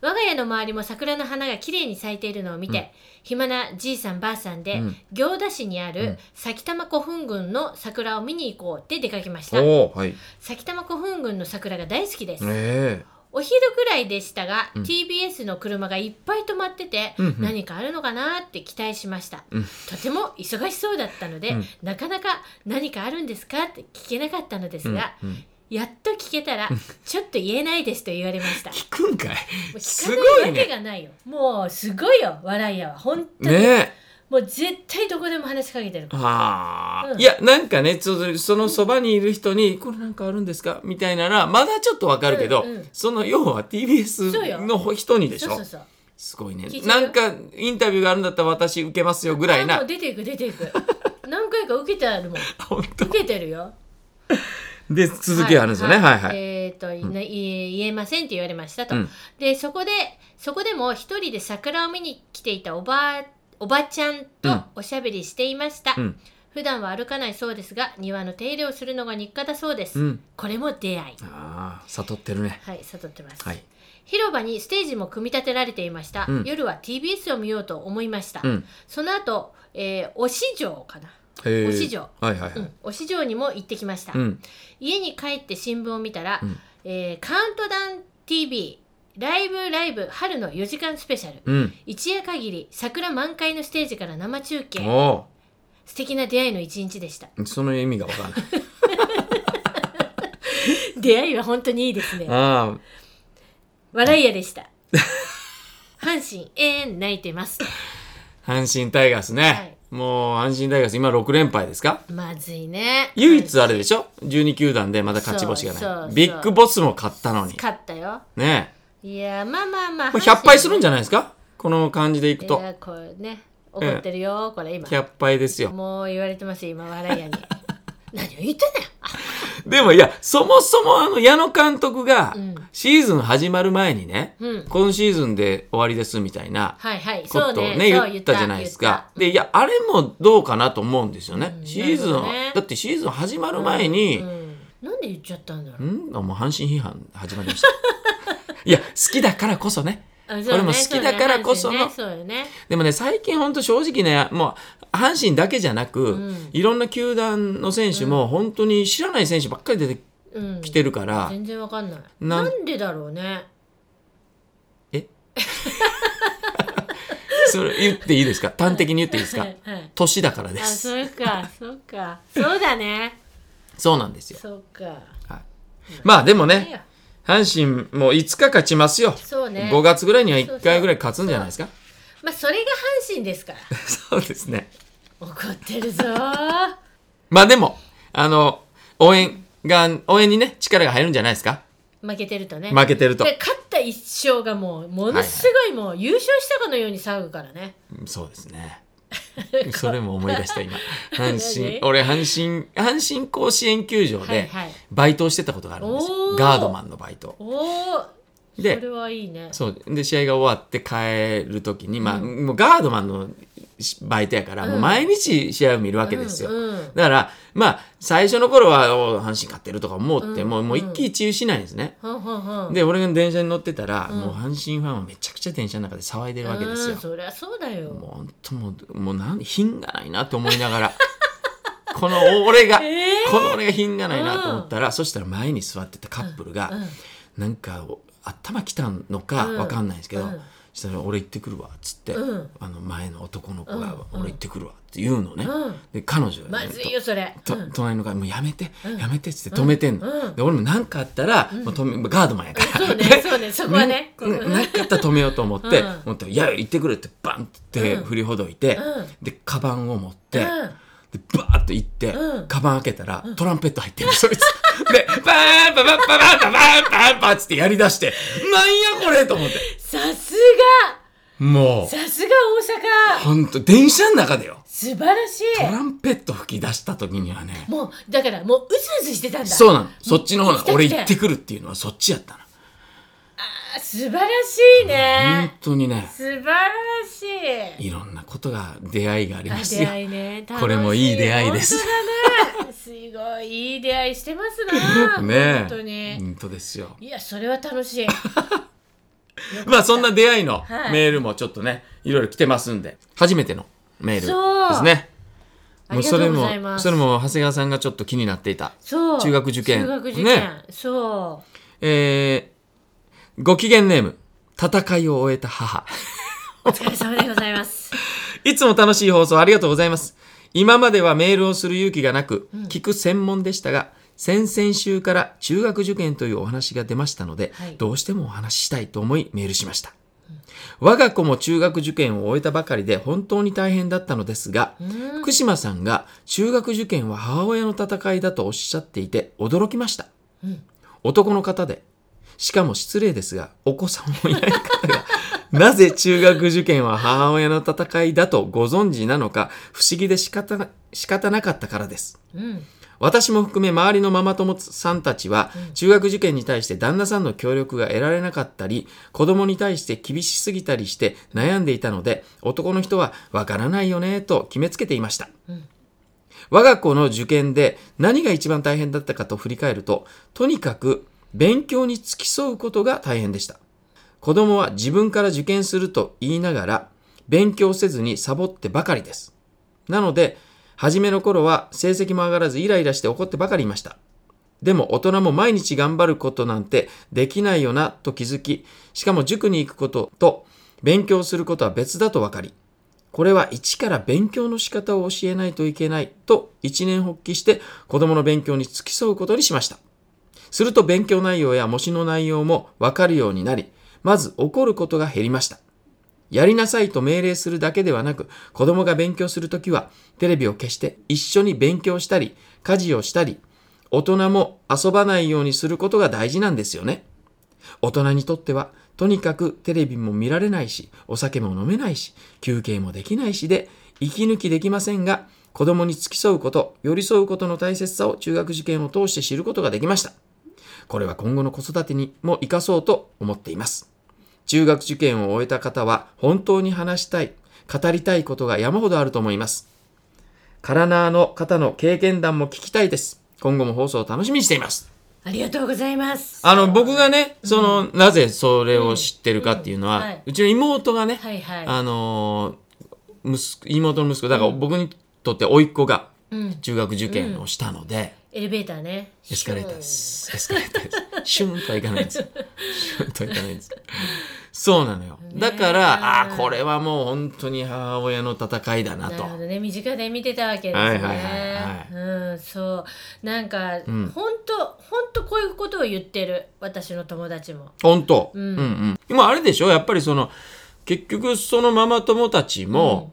S1: 我が家の周りも桜の花が綺麗に咲いているのを見て、暇なじいさんばあさんで、
S2: うん
S1: 行田市にある、
S2: うん
S1: 埼玉古墳群の桜を見に行こうって出かけました
S2: おおはい
S1: 埼玉古墳群の桜が大好きです、
S2: え
S1: お昼ぐらいでしたが、
S2: うん
S1: TBS の車がいっぱい止まってて、
S2: うんうん
S1: 何かあるのかなって期待しました、
S2: うん
S1: とても忙しそうだったので、
S2: うん
S1: なかなか何かあるんですかって聞けなかったので
S2: え
S1: すが、やっと聞けたら、ちょっと言えないですと言われました
S2: 聞くんかい
S1: もう
S2: す
S1: 聞
S2: ご
S1: かない
S2: い
S1: わけ
S2: ね
S1: がないよ。もうすごいよ、笑いやは。本当に。
S2: ねえ
S1: もうう絶対どこでも話しかけてる
S2: ああ、
S1: うん
S2: いやなんかねそのそのそばにいる人に「これなんかあるんですか?」みたいならまだちょっとわかるけど、
S1: うんうん
S2: その要は
S1: そうよ
S2: TBS の人にでしょ
S1: そうそうそう
S2: すごいね
S1: 聞いちゃ
S2: な
S1: うん
S2: かインタビューがあるんだったら私受けますよぐらい
S1: あも
S2: な
S1: う出ていく出て いく何回か受けてあるもん
S2: 本当
S1: 受けてるよ
S2: で続きがあるんですよねはいはい、
S1: えっ、と、ねい言えませんって言われましたと、
S2: うん
S1: でそこでそこでも一人で桜を見に来ていたおばあおばちゃん
S2: うん
S1: とおしゃべりしていました、
S2: うん
S1: 普段は歩かないそうですが庭の手入れをするのが日課だそうです、
S2: うん
S1: これも出会い
S2: ああ悟ってるね
S1: はい悟ってます、
S2: はい
S1: 広場にステージも組み立てられていました、
S2: うん
S1: 夜は TBS を見ようと思いました、
S2: うん
S1: その後、えー、お市場かな、
S2: へえ
S1: お市場
S2: はいはいはい、
S1: うん、お市場にも行ってきました、
S2: うん
S1: 家に帰って新聞を見たら、
S2: うん
S1: えーカウントダウン TV ライブライブ春の4時間スペシャル
S2: うん、
S1: 一夜限り桜満開のステージから生中継
S2: お
S1: 素敵な出会いの一日でした
S2: おその意味がわからない
S1: 出会いは本当にいいですね
S2: あ
S1: 笑い屋でした阪神えーん泣いてます
S2: あ阪神タイガースね、
S1: はい
S2: もう阪神タイガース今6連敗ですか
S1: まずいね
S2: 唯一あれでしょ12球団でまだ勝ち星が
S1: そうそう
S2: な
S1: そ
S2: いうビッグボスも勝ったのに
S1: 勝ったよ
S2: ね
S1: いやまあまあまあ
S2: えこれ100敗するんじ
S1: ゃ
S2: ゃないですかこの感じでいく
S1: い
S2: と
S1: やこれね怒ってるよ、これ今
S2: 100敗ですよ
S1: もう言われてますよ今笑い 屋に何を言ってんだよ
S2: でもいやそもそもあの矢野監督が
S1: うん
S2: シーズン始まる前にね、
S1: うん
S2: 今シーズンで終わりですみたいな
S1: はいはい、
S2: こ
S1: そう
S2: とをね
S1: ね、そう
S2: 言ったじゃないですか。でいやあれもどうかなと思うんですよね、
S1: うん
S2: シーズン
S1: なるほどね
S2: だってシーズン始まる
S1: 言った
S2: 前に、
S1: うんうんなんで言っちゃったんだろ
S2: う
S1: う。
S2: ん、あもう阪神批判始まり ました。いや、好きだからこそね。
S1: あそうね
S2: これも好きだからこその
S1: そうよね。
S2: でもね、最近ほんと正直ね、もう、阪神だけじゃなく、
S1: ん
S2: いろんな球団の選手も、本当に知らない選手ばっかり出て
S1: そうよねうん、
S2: きてるから、
S1: 全然わかんない。
S2: な
S1: なんんでだろうね。
S2: それ言っていいで すか端的に言っていいです
S1: は
S2: か
S1: いはい。
S2: 年だからで
S1: あ、
S2: す。
S1: そうか、そうか。そうだね。
S2: そうなんですよ。
S1: そうか。
S2: はい、まあでも
S1: い
S2: ね、
S1: や
S2: 阪神もう5日勝ちますよ。
S1: そうね。
S2: 5月ぐらいには1回ぐらい勝つんじゃないですか
S1: まあ、それが阪神ですから。
S2: そうですね。
S1: 怒ってるぞー。
S2: まあでも、あの、応援が、応援にね、力が入るんじゃないですか
S1: 負けてるとね。
S2: 負けてると。
S1: で勝った一勝がもうものすごいもう優勝したかのように騒ぐからね。
S2: うんそうで すね。それも思い出した今。阪神
S1: 何、
S2: 俺阪神、阪神甲子園球場
S1: はい
S2: で
S1: はい。
S2: バイトをしてたことがあるんですよ。
S1: おー
S2: ガードマンのバイト。
S1: おお。それ
S2: で、
S1: はいいね。
S2: そう。で、試合が終わって帰るときに、まあ、もうガードマンのしバイトやから、もう毎日試合を見るわけですよ。
S1: うんうん
S2: だから、まあ、最初の頃は、おー阪神勝ってるとか思って、もう、もう一喜一憂しないんですね。
S1: ほんほんほん
S2: で、俺が電車に乗ってたら、もう阪神ファンはめちゃくちゃ電車の中で騒いでるわけです
S1: う
S2: よ
S1: ん。そりゃそうだよ
S2: もう本当もうもうなん品がないなって思いながら この俺が、
S1: え
S2: この俺が品がないなと思ったら、そしたら前に座ってたカップルが、なんかお頭きたのか
S1: うん
S2: わかんないんですけど、
S1: うん
S2: そしたら「俺行ってくるわ」っつって、
S1: うん
S2: あの前の男の子が
S1: うん
S2: 「俺行ってくるわ」って言うのね、
S1: うん
S2: で彼女が
S1: ま
S2: ね
S1: ずいよそれ
S2: と
S1: うん
S2: 隣の子がもうやめて、やめて」っつって止めてんの、
S1: うん
S2: で俺も何かあったら、もう止めガードマンやから
S1: そうねそうねそこはね
S2: うんうんなんかあったら止めようと思って、
S1: うん
S2: 思っていや行ってくれってバンって
S1: うん
S2: 振りほどいて、
S1: うん
S2: でカバンを持って、
S1: うん
S2: でバーッと行って、
S1: うん
S2: カバン開けたら、トランペット入ってるそいつ でバーンババンババンババンバンバンつってやりだしてなんやこれと思って
S1: さす
S2: も
S1: が
S2: う
S1: さすが大阪
S2: ほんと電車の中でよ
S1: 素晴らし
S2: ト
S1: い
S2: ランペット吹き出した時にはね
S1: もうだからもううずうずしてたんだ
S2: そうなのそっちの方な
S1: 行きた
S2: の
S1: く
S2: 俺行ってくるっていうのはそっちやった
S1: あ素晴らしい
S2: な
S1: ね
S2: 本当にね
S1: 素晴らしい
S2: いろんなことが出会いがあり
S1: あ
S2: ます
S1: 出
S2: よ
S1: 会いね楽し
S2: これもいい出会いです
S1: 本当だねすごいいい出会いしてますな
S2: ねえ
S1: 本当に
S2: 本当ですよ
S1: いやそれは楽しい
S2: まあそんな出会いの
S1: はい
S2: メールもちょっとね、い、ろいろ来てますんで初めてのメールですね
S1: ありが
S2: そ
S1: と
S2: れ
S1: うござい
S2: も
S1: ます
S2: それも長谷川さんがちょっと気になっていた、
S1: そう
S2: 中学受験
S1: 中学受験、
S2: ね
S1: そう
S2: えー、ご機嫌ネーム戦いを終えた母
S1: お疲れ様でございます。
S2: いつも楽しい放送ありがとうございます今まではメールをする勇気がなく、聞く専門でしたが先々週から中学受験というお話が出ましたので、
S1: はい
S2: どうしてもお話ししたいと思いメールしました、我が子も中学受験を終えたばかりで本当に大変だったのですが、
S1: うん
S2: 福島さんが中学受験は母親の戦いだとおっしゃっていて驚きました。
S1: うん
S2: 男の方で、しかも失礼ですが、お子さんもいない方が、なぜ中学受験は母親の戦いだとご存知なのか、不思議で仕方な仕方なかったからです。
S1: うん
S2: 私も含め周りのママ友さんたちは中学受験に対して旦那さんの協力が得られなかったり子供に対して厳しすぎたりして悩んでいたので男の人はわからないよねと決めつけていました、
S1: うん
S2: 我が子の受験で何が一番大変だったかと振り返るととにかく勉強に付き添うことが大変でした子供は自分から受験すると言いながら勉強せずにサボってばかりですなので、初めの頃は成績も上がらずイライラして怒ってばかりいました。でも大人も毎日頑張ることなんてできないよなと気づき、しかも塾に行くことと勉強することは別だと分かり、これは一から勉強の仕方を教えないといけないと一年発起して子供の勉強に付き添うことにしました。すると勉強内容や模試の内容も分かるようになり、まず怒ることが減りました。やりなさいと命令するだけではなく、子供が勉強するときは、テレビを消して一緒に勉強したり、家事をしたり、大人も遊ばないようにすることが大事なんですよね。大人にとっては、とにかくテレビも見られないし、お酒も飲めないし、休憩もできないしで、息抜きできませんが、子供に付き添うこと、寄り添うことの大切さを中学受験を通して知ることができました。これは今後の子育てにも活かそうと思っています。中学受験を終えた方は本当に話したい、語りたいことが山ほどあると思います。カラナーの方の経験談も聞きたいです。今後も放送を楽しみにしています。
S1: ありがとうございます。
S2: あの、僕がね、その、なぜそれを知ってるかっていうのは、う
S1: うんうんはいう
S2: ちの妹がね、
S1: はいはい。
S2: あのー息子、妹の息子、だから僕にとって甥っ子が
S1: うん。
S2: 中学受験をしたので、
S1: エレベーターね。
S2: エスカレーターです。エスカレーターです。 シュンとはいかないんですよ。シュンとはいかないんですよ。そうなのよ。だから、ああー、これはもう本当に母親の戦いだな
S1: なる
S2: と。
S1: ほどね身近で見てたわけですね。
S2: はいはいはい
S1: うんそうなんか
S2: ん
S1: 本当本当こういうことを言ってる私の友達も。
S2: 本当。うん
S1: ん
S2: うん。今あれでしょやっぱりその、結局そのママ友たちも、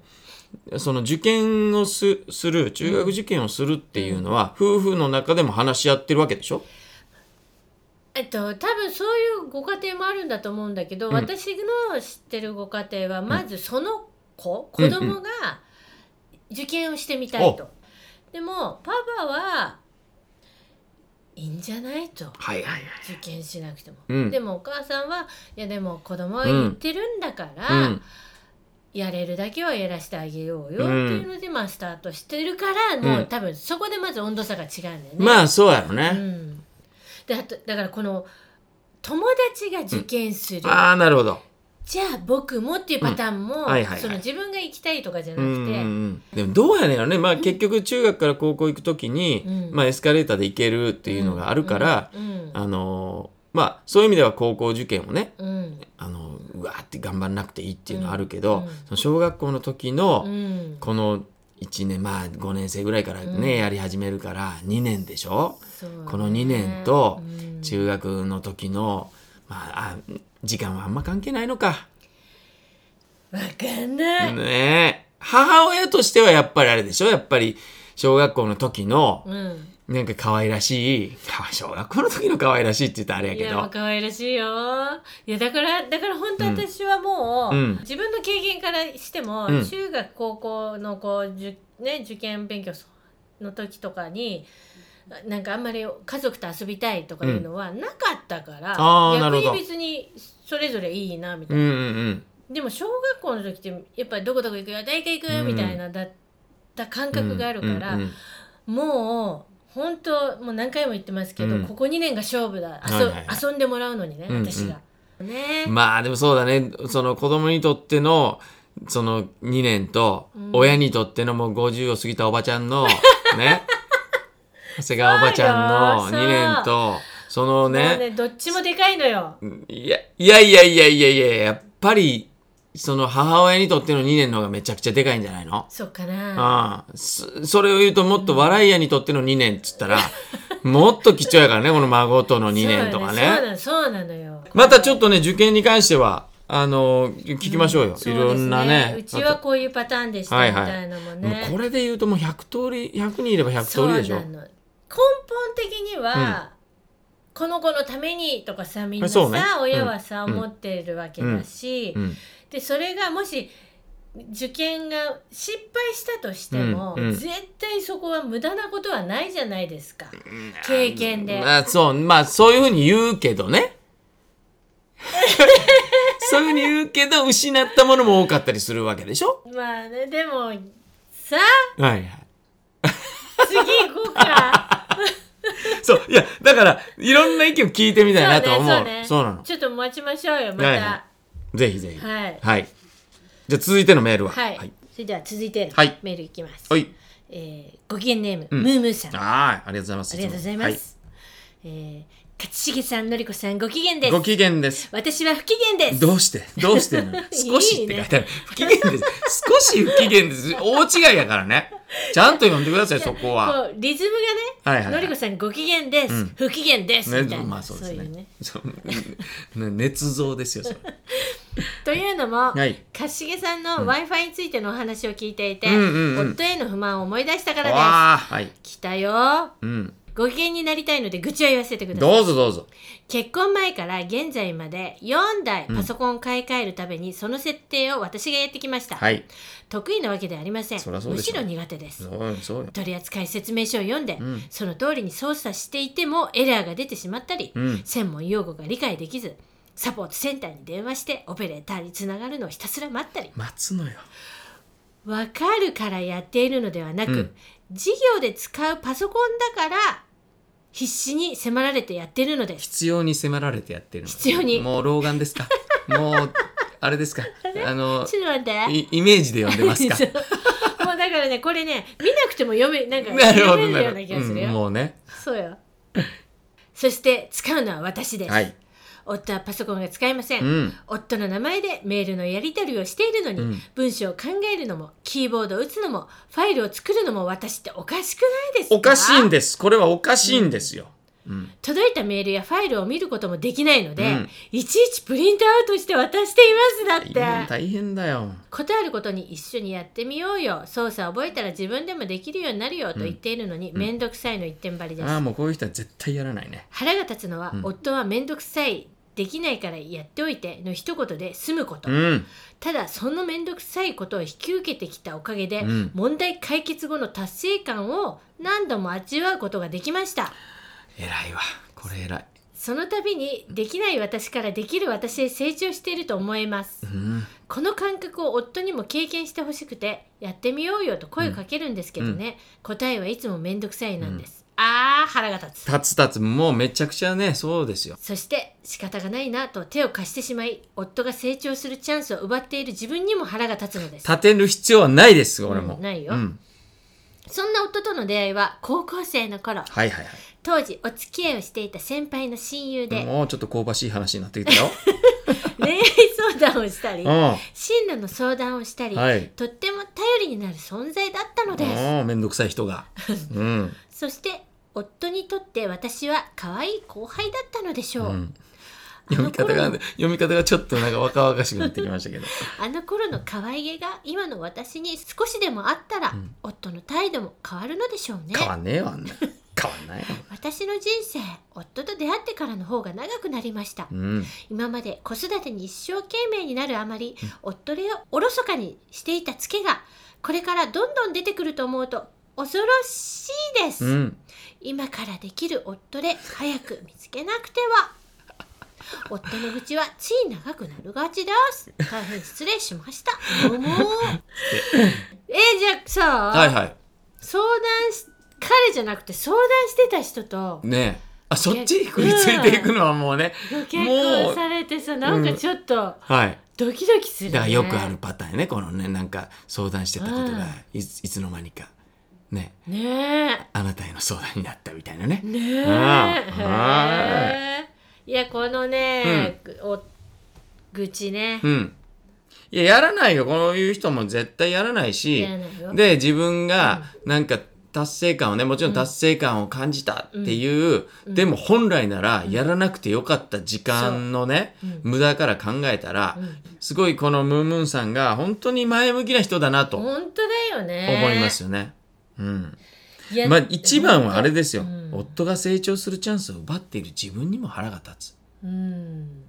S2: その受験をすする、中学受験をするっていうのは、夫婦の中でも話し合ってるわけでしょ
S1: えっと多分そういうご家庭もあるんだと思うんだけど、
S2: ん
S1: 私の知ってるご家庭はまずその子、
S2: うん
S1: 子供が受験をしてみたいと。でもパパはいいんじゃないと。
S2: はいはいはい。
S1: 受験しなくても、
S2: うん
S1: でもお母さんはいやでも子供は言ってるんだから、
S2: うん。
S1: やれるだけはやらせてあげようよっ
S2: う
S1: て
S2: ん
S1: いうので、まあスタートしてるからも
S2: うん
S1: う多分そこでまず温度差が違うんだよね。
S2: まあ、そうやろ
S1: う
S2: ね。
S1: ん、であとだからこの友達が受験する、
S2: ああ、なるほど。
S1: じゃあ僕もっていうパターンも、
S2: んはいはいはい
S1: その自分が行きたいとかじゃな
S2: う
S1: く
S2: ん
S1: て、
S2: うんうんでもどうやねんやろね、まあ、結局中学から高校行く時に、
S1: うん
S2: まあ、エスカレーターで行けるっていうのがあるから、
S1: うん
S2: あのーまあ、そういう意味では高校受験をね、
S1: うん
S2: あのーうわーって頑張んなくていいっていうのはあるけど、
S1: うんうん
S2: その小学校の時
S1: う
S2: の
S1: ん
S2: この1年まあ5年生ぐらいからね、
S1: うん
S2: やり始めるから2年でしょ
S1: そうね
S2: この二年と
S1: うん
S2: 中学の時の、まあ、あ時間はあんま関係ないのか。
S1: わかんない、
S2: ねえ母親としてはやっぱりあれでしょやっぱり小学校の時の
S1: うん
S2: なんか可愛らしい かわ小学校の時の可愛らしいって言ったらあれや
S1: い
S2: け
S1: やもう
S2: ど
S1: 可愛らしいよいやだからだから本当
S2: うん
S1: 私はもう、
S2: うん
S1: 自分の経験からしても、
S2: うん
S1: 中学高校のこう受,、ね、受験勉強の時とかになんかあんまり家族と遊びたいとかいうのはなかったから、
S2: あーなるほど
S1: 逆に別にそれぞれいいなみた
S2: う
S1: い
S2: ん
S1: な、
S2: うん
S1: でも小学校の時ってやっぱりどこどこ行くよ大体行くよ
S2: うん
S1: みたいなだった感
S2: うん
S1: 覚があるから、
S2: うんうん
S1: もう本当もう何回も言ってますけど、
S2: うん
S1: ここ2年が勝負だ遊,、
S2: はいはいはい
S1: 遊んでもらうのにね
S2: うんうん
S1: 私が。ね
S2: うんまあでもそうだねその子供にとってのその2年と
S1: うん
S2: 親にとってのもう50を過ぎたおばちゃ んのね長谷川おばちゃんの
S1: そうよ
S2: 2年とその
S1: もう
S2: ね
S1: ねどっちもでかいのよ。
S2: いや、いやいやいやいやいや、やっぱり、その母親にとっての2年の方がめちゃくちゃでかいんじゃないの
S1: そうかな。
S2: ああそそれを言うともっと笑い屋にとっての2年っつっ たら、もっと貴重やからね、この孫との2年とか
S1: そうよ
S2: ね。
S1: ねそうなのそうなのよ。
S2: またちょっとね、受験に関しては、あの聞きましょうよ、
S1: そう
S2: い
S1: で
S2: ろ
S1: す
S2: んなね
S1: うちはこういうパターンでした
S2: は
S1: み
S2: いはい
S1: たいなのもね、
S2: もうこれで言うともう100通り100人いれば100
S1: そう
S2: 通
S1: な
S2: り
S1: の
S2: で
S1: 根
S2: しょ
S1: 本的には、この子のためにとかさみんなさ、
S2: そうねうん
S1: 親はさ、
S2: うん
S1: 思ってるわけだし、
S2: うん
S1: でそれがもし受験が失敗したとしても、
S2: うんうん
S1: 絶対そこは無駄なことはないじゃないですか、経験で。
S2: まあそうまあそういうふうに言うけ どねそういうふうに言うけど失ったものも多かったりするわけでしょ
S1: まあねでもさ
S2: はいはい
S1: あ次行こうか
S2: そういやだからいろんな意見を聞いてみたいなと思う
S1: そ
S2: そうう,、
S1: ね
S2: なの
S1: ちょっと待ちましょうよまた。
S2: はいはぜひぜひ
S1: はい
S2: はいじゃあ続いてのメールは
S1: はい、
S2: はい
S1: それでは続いての
S2: はい
S1: メールいきます、
S2: はい
S1: えーご機嫌ネーム、
S2: ん
S1: ムームーさんあ
S2: あーありがとうございます
S1: りがとうございます、えー、勝重さんのりこさんご機嫌
S2: は
S1: で
S2: いご
S1: す
S2: 機嫌です
S1: 私は不機嫌です
S2: どうしてどうしてなの少しって書いてある。不機嫌です。少し不機嫌です。大違いやからね。ちゃんと読んでください、そこは。
S1: こうリズムがね、
S2: はいはいはい
S1: のりこさんご機嫌です、
S2: うん
S1: 不機嫌です、
S2: ね
S1: みたいな、
S2: まあそうです
S1: いう
S2: ね。そうね捏造ですよ、それ。
S1: というのも、
S2: はい
S1: 勝重さんの w i f i についてのお話を聞いていて、
S2: うんうんうん
S1: 夫への不満を思い出したから
S2: わあ、はい。
S1: です来たよ
S2: うん。
S1: ご機嫌になりたいので愚痴を言わせてください
S2: どうぞどうぞ。
S1: 結婚前から現在まで4台パソコンを買い替えるためにその設定を私がやってきました、
S2: はい。
S1: 得意なわけではありません
S2: そりゃそう
S1: む
S2: でし
S1: し
S2: ょ
S1: ろ苦手です
S2: そうよそうよ。
S1: 取扱説明書を読んで、
S2: ん
S1: その通りに操作していてもエラーが出てしまったり、
S2: うん
S1: 専門用語が理解できずサポートセンターに電話してオペレーターにつながるのをひたすら待ったり
S2: 待つのよ。
S1: わかるからやっているのではなく、
S2: うん
S1: 事業で使うパソコンだから必死に迫られてやっているのです
S2: 必要に迫られてやってるの。
S1: 必要に
S2: もう老眼ですかもう、あれですかあの、
S1: ちょっと待って
S2: いイメージで読んでま す か
S1: もうだからねこれね見なくても読めなんか
S2: なるほ
S1: 読め
S2: ど、
S1: る
S2: な
S1: ような
S2: る
S1: 気
S2: ほ
S1: が
S2: ど
S1: する
S2: う
S1: よ、
S2: ん。もうね。
S1: そうよそして使うのは私です、
S2: はい。
S1: 夫はパソコンが使えません、
S2: うん。
S1: 夫の名前でメールのやり取りをしているのに、
S2: うん
S1: 文章を考えるのもキーボードを打つのもファイルを作るのも私っておかしくないですか
S2: おかしいんです。これはおかしいんですよ。うん。
S1: 届いたメールやファイルを見ることもできないので、
S2: うん
S1: いちいちプリントアウトして渡していますだって
S2: 大変だよ。
S1: ことあることに一緒にやってみようよ操作覚えたら自分でもできるようになるよと言っているのに面倒、くさいの一点張りです、
S2: ああ、もうこういう人は絶対やらないね。
S1: 腹が立つのは、
S2: ん
S1: 夫は面倒くさいできないからやっておいての一言で済むこと、
S2: うん。
S1: ただその面倒くさいことを引き受けてきたおかげで、
S2: うん
S1: 問題解決後の達成感を何度も味わうことができました
S2: 偉いわ。これ偉い。
S1: その度にできない私からできる私へ成長していると思います
S2: うん。
S1: この感覚を夫にも経験してほしくてやってみようよと声をかけるんですけどね、答えはいつも面倒くさいなんです、あー腹が立つ
S2: たつたつ、もうめちゃくちゃね、そうですよ。
S1: そして仕方がないなと手を貸してしまい夫が成長するチャンスを奪っている自分にも腹が立つのです
S2: 立てる必要はないです、俺も。
S1: うんないよ
S2: うん。
S1: そんな夫との出会いは高校生の頃
S2: はいはいはい。
S1: 当時お付き合いをしていた先輩の親友で
S2: もうちょっと香ばしい話になってきた よ。
S1: 恋愛相談をしたり
S2: う
S1: 進路の相談をしたり、
S2: ん。はい。
S1: とっても頼りになる存在だったのです
S2: うん、めんどくさい人が。うん。
S1: そして夫にとって私は可愛い後輩だったのでしょう、
S2: うん読み方が、読み方がちょっとなんか若々しくなってきましたけど。
S1: あの頃の可愛げが今の私に少しでもあったら、
S2: ん
S1: 夫の態度も変わるのでしょうね
S2: 変わんねえよ、あんな。変わんないよ。
S1: 私の人生夫と出会ってからの方が長くなりました、
S2: うん。
S1: 今まで子育てに一生懸命になるあまり、夫をおろそかにしていたツケがこれからどんどん出てくると思うと恐ろしいです、
S2: うん。
S1: 今からできる夫で早く見つけなくては夫の口はつい長くなるがちです大変失礼しましたどう もえじゃあさ、
S2: はいはい。
S1: 相談し彼じゃなくて相談してた人と
S2: ねえあそっちに食いついていくのはもうね、
S1: 結婚されてさなんかちょっと
S2: はい
S1: ドキドキする、ね
S2: だからよくあるパターンねこのねなんか相談してたことがいついつの間にかね
S1: ねえ
S2: あなたへの相談になったみたいなね
S1: ねえ
S2: うん
S1: へえいやこのね、お愚痴ね、
S2: うんいややらないよこういう人も絶対やらないし
S1: やらないよ
S2: で自分がなんか達成感をねもちろん達成感を感じたっていう、
S1: うん
S2: でも本来ならやらなくてよかった時間のね、
S1: うん
S2: 無駄から考えたら、
S1: うん
S2: すごいこのムンムンさんが本当に前向きな人だなと思
S1: 本当だよね
S2: いますよね。うん、
S1: いや
S2: まあ一番はあれですよ、
S1: うん
S2: 夫が成長するチャンスを奪っている自分にも腹が立つ。
S1: うん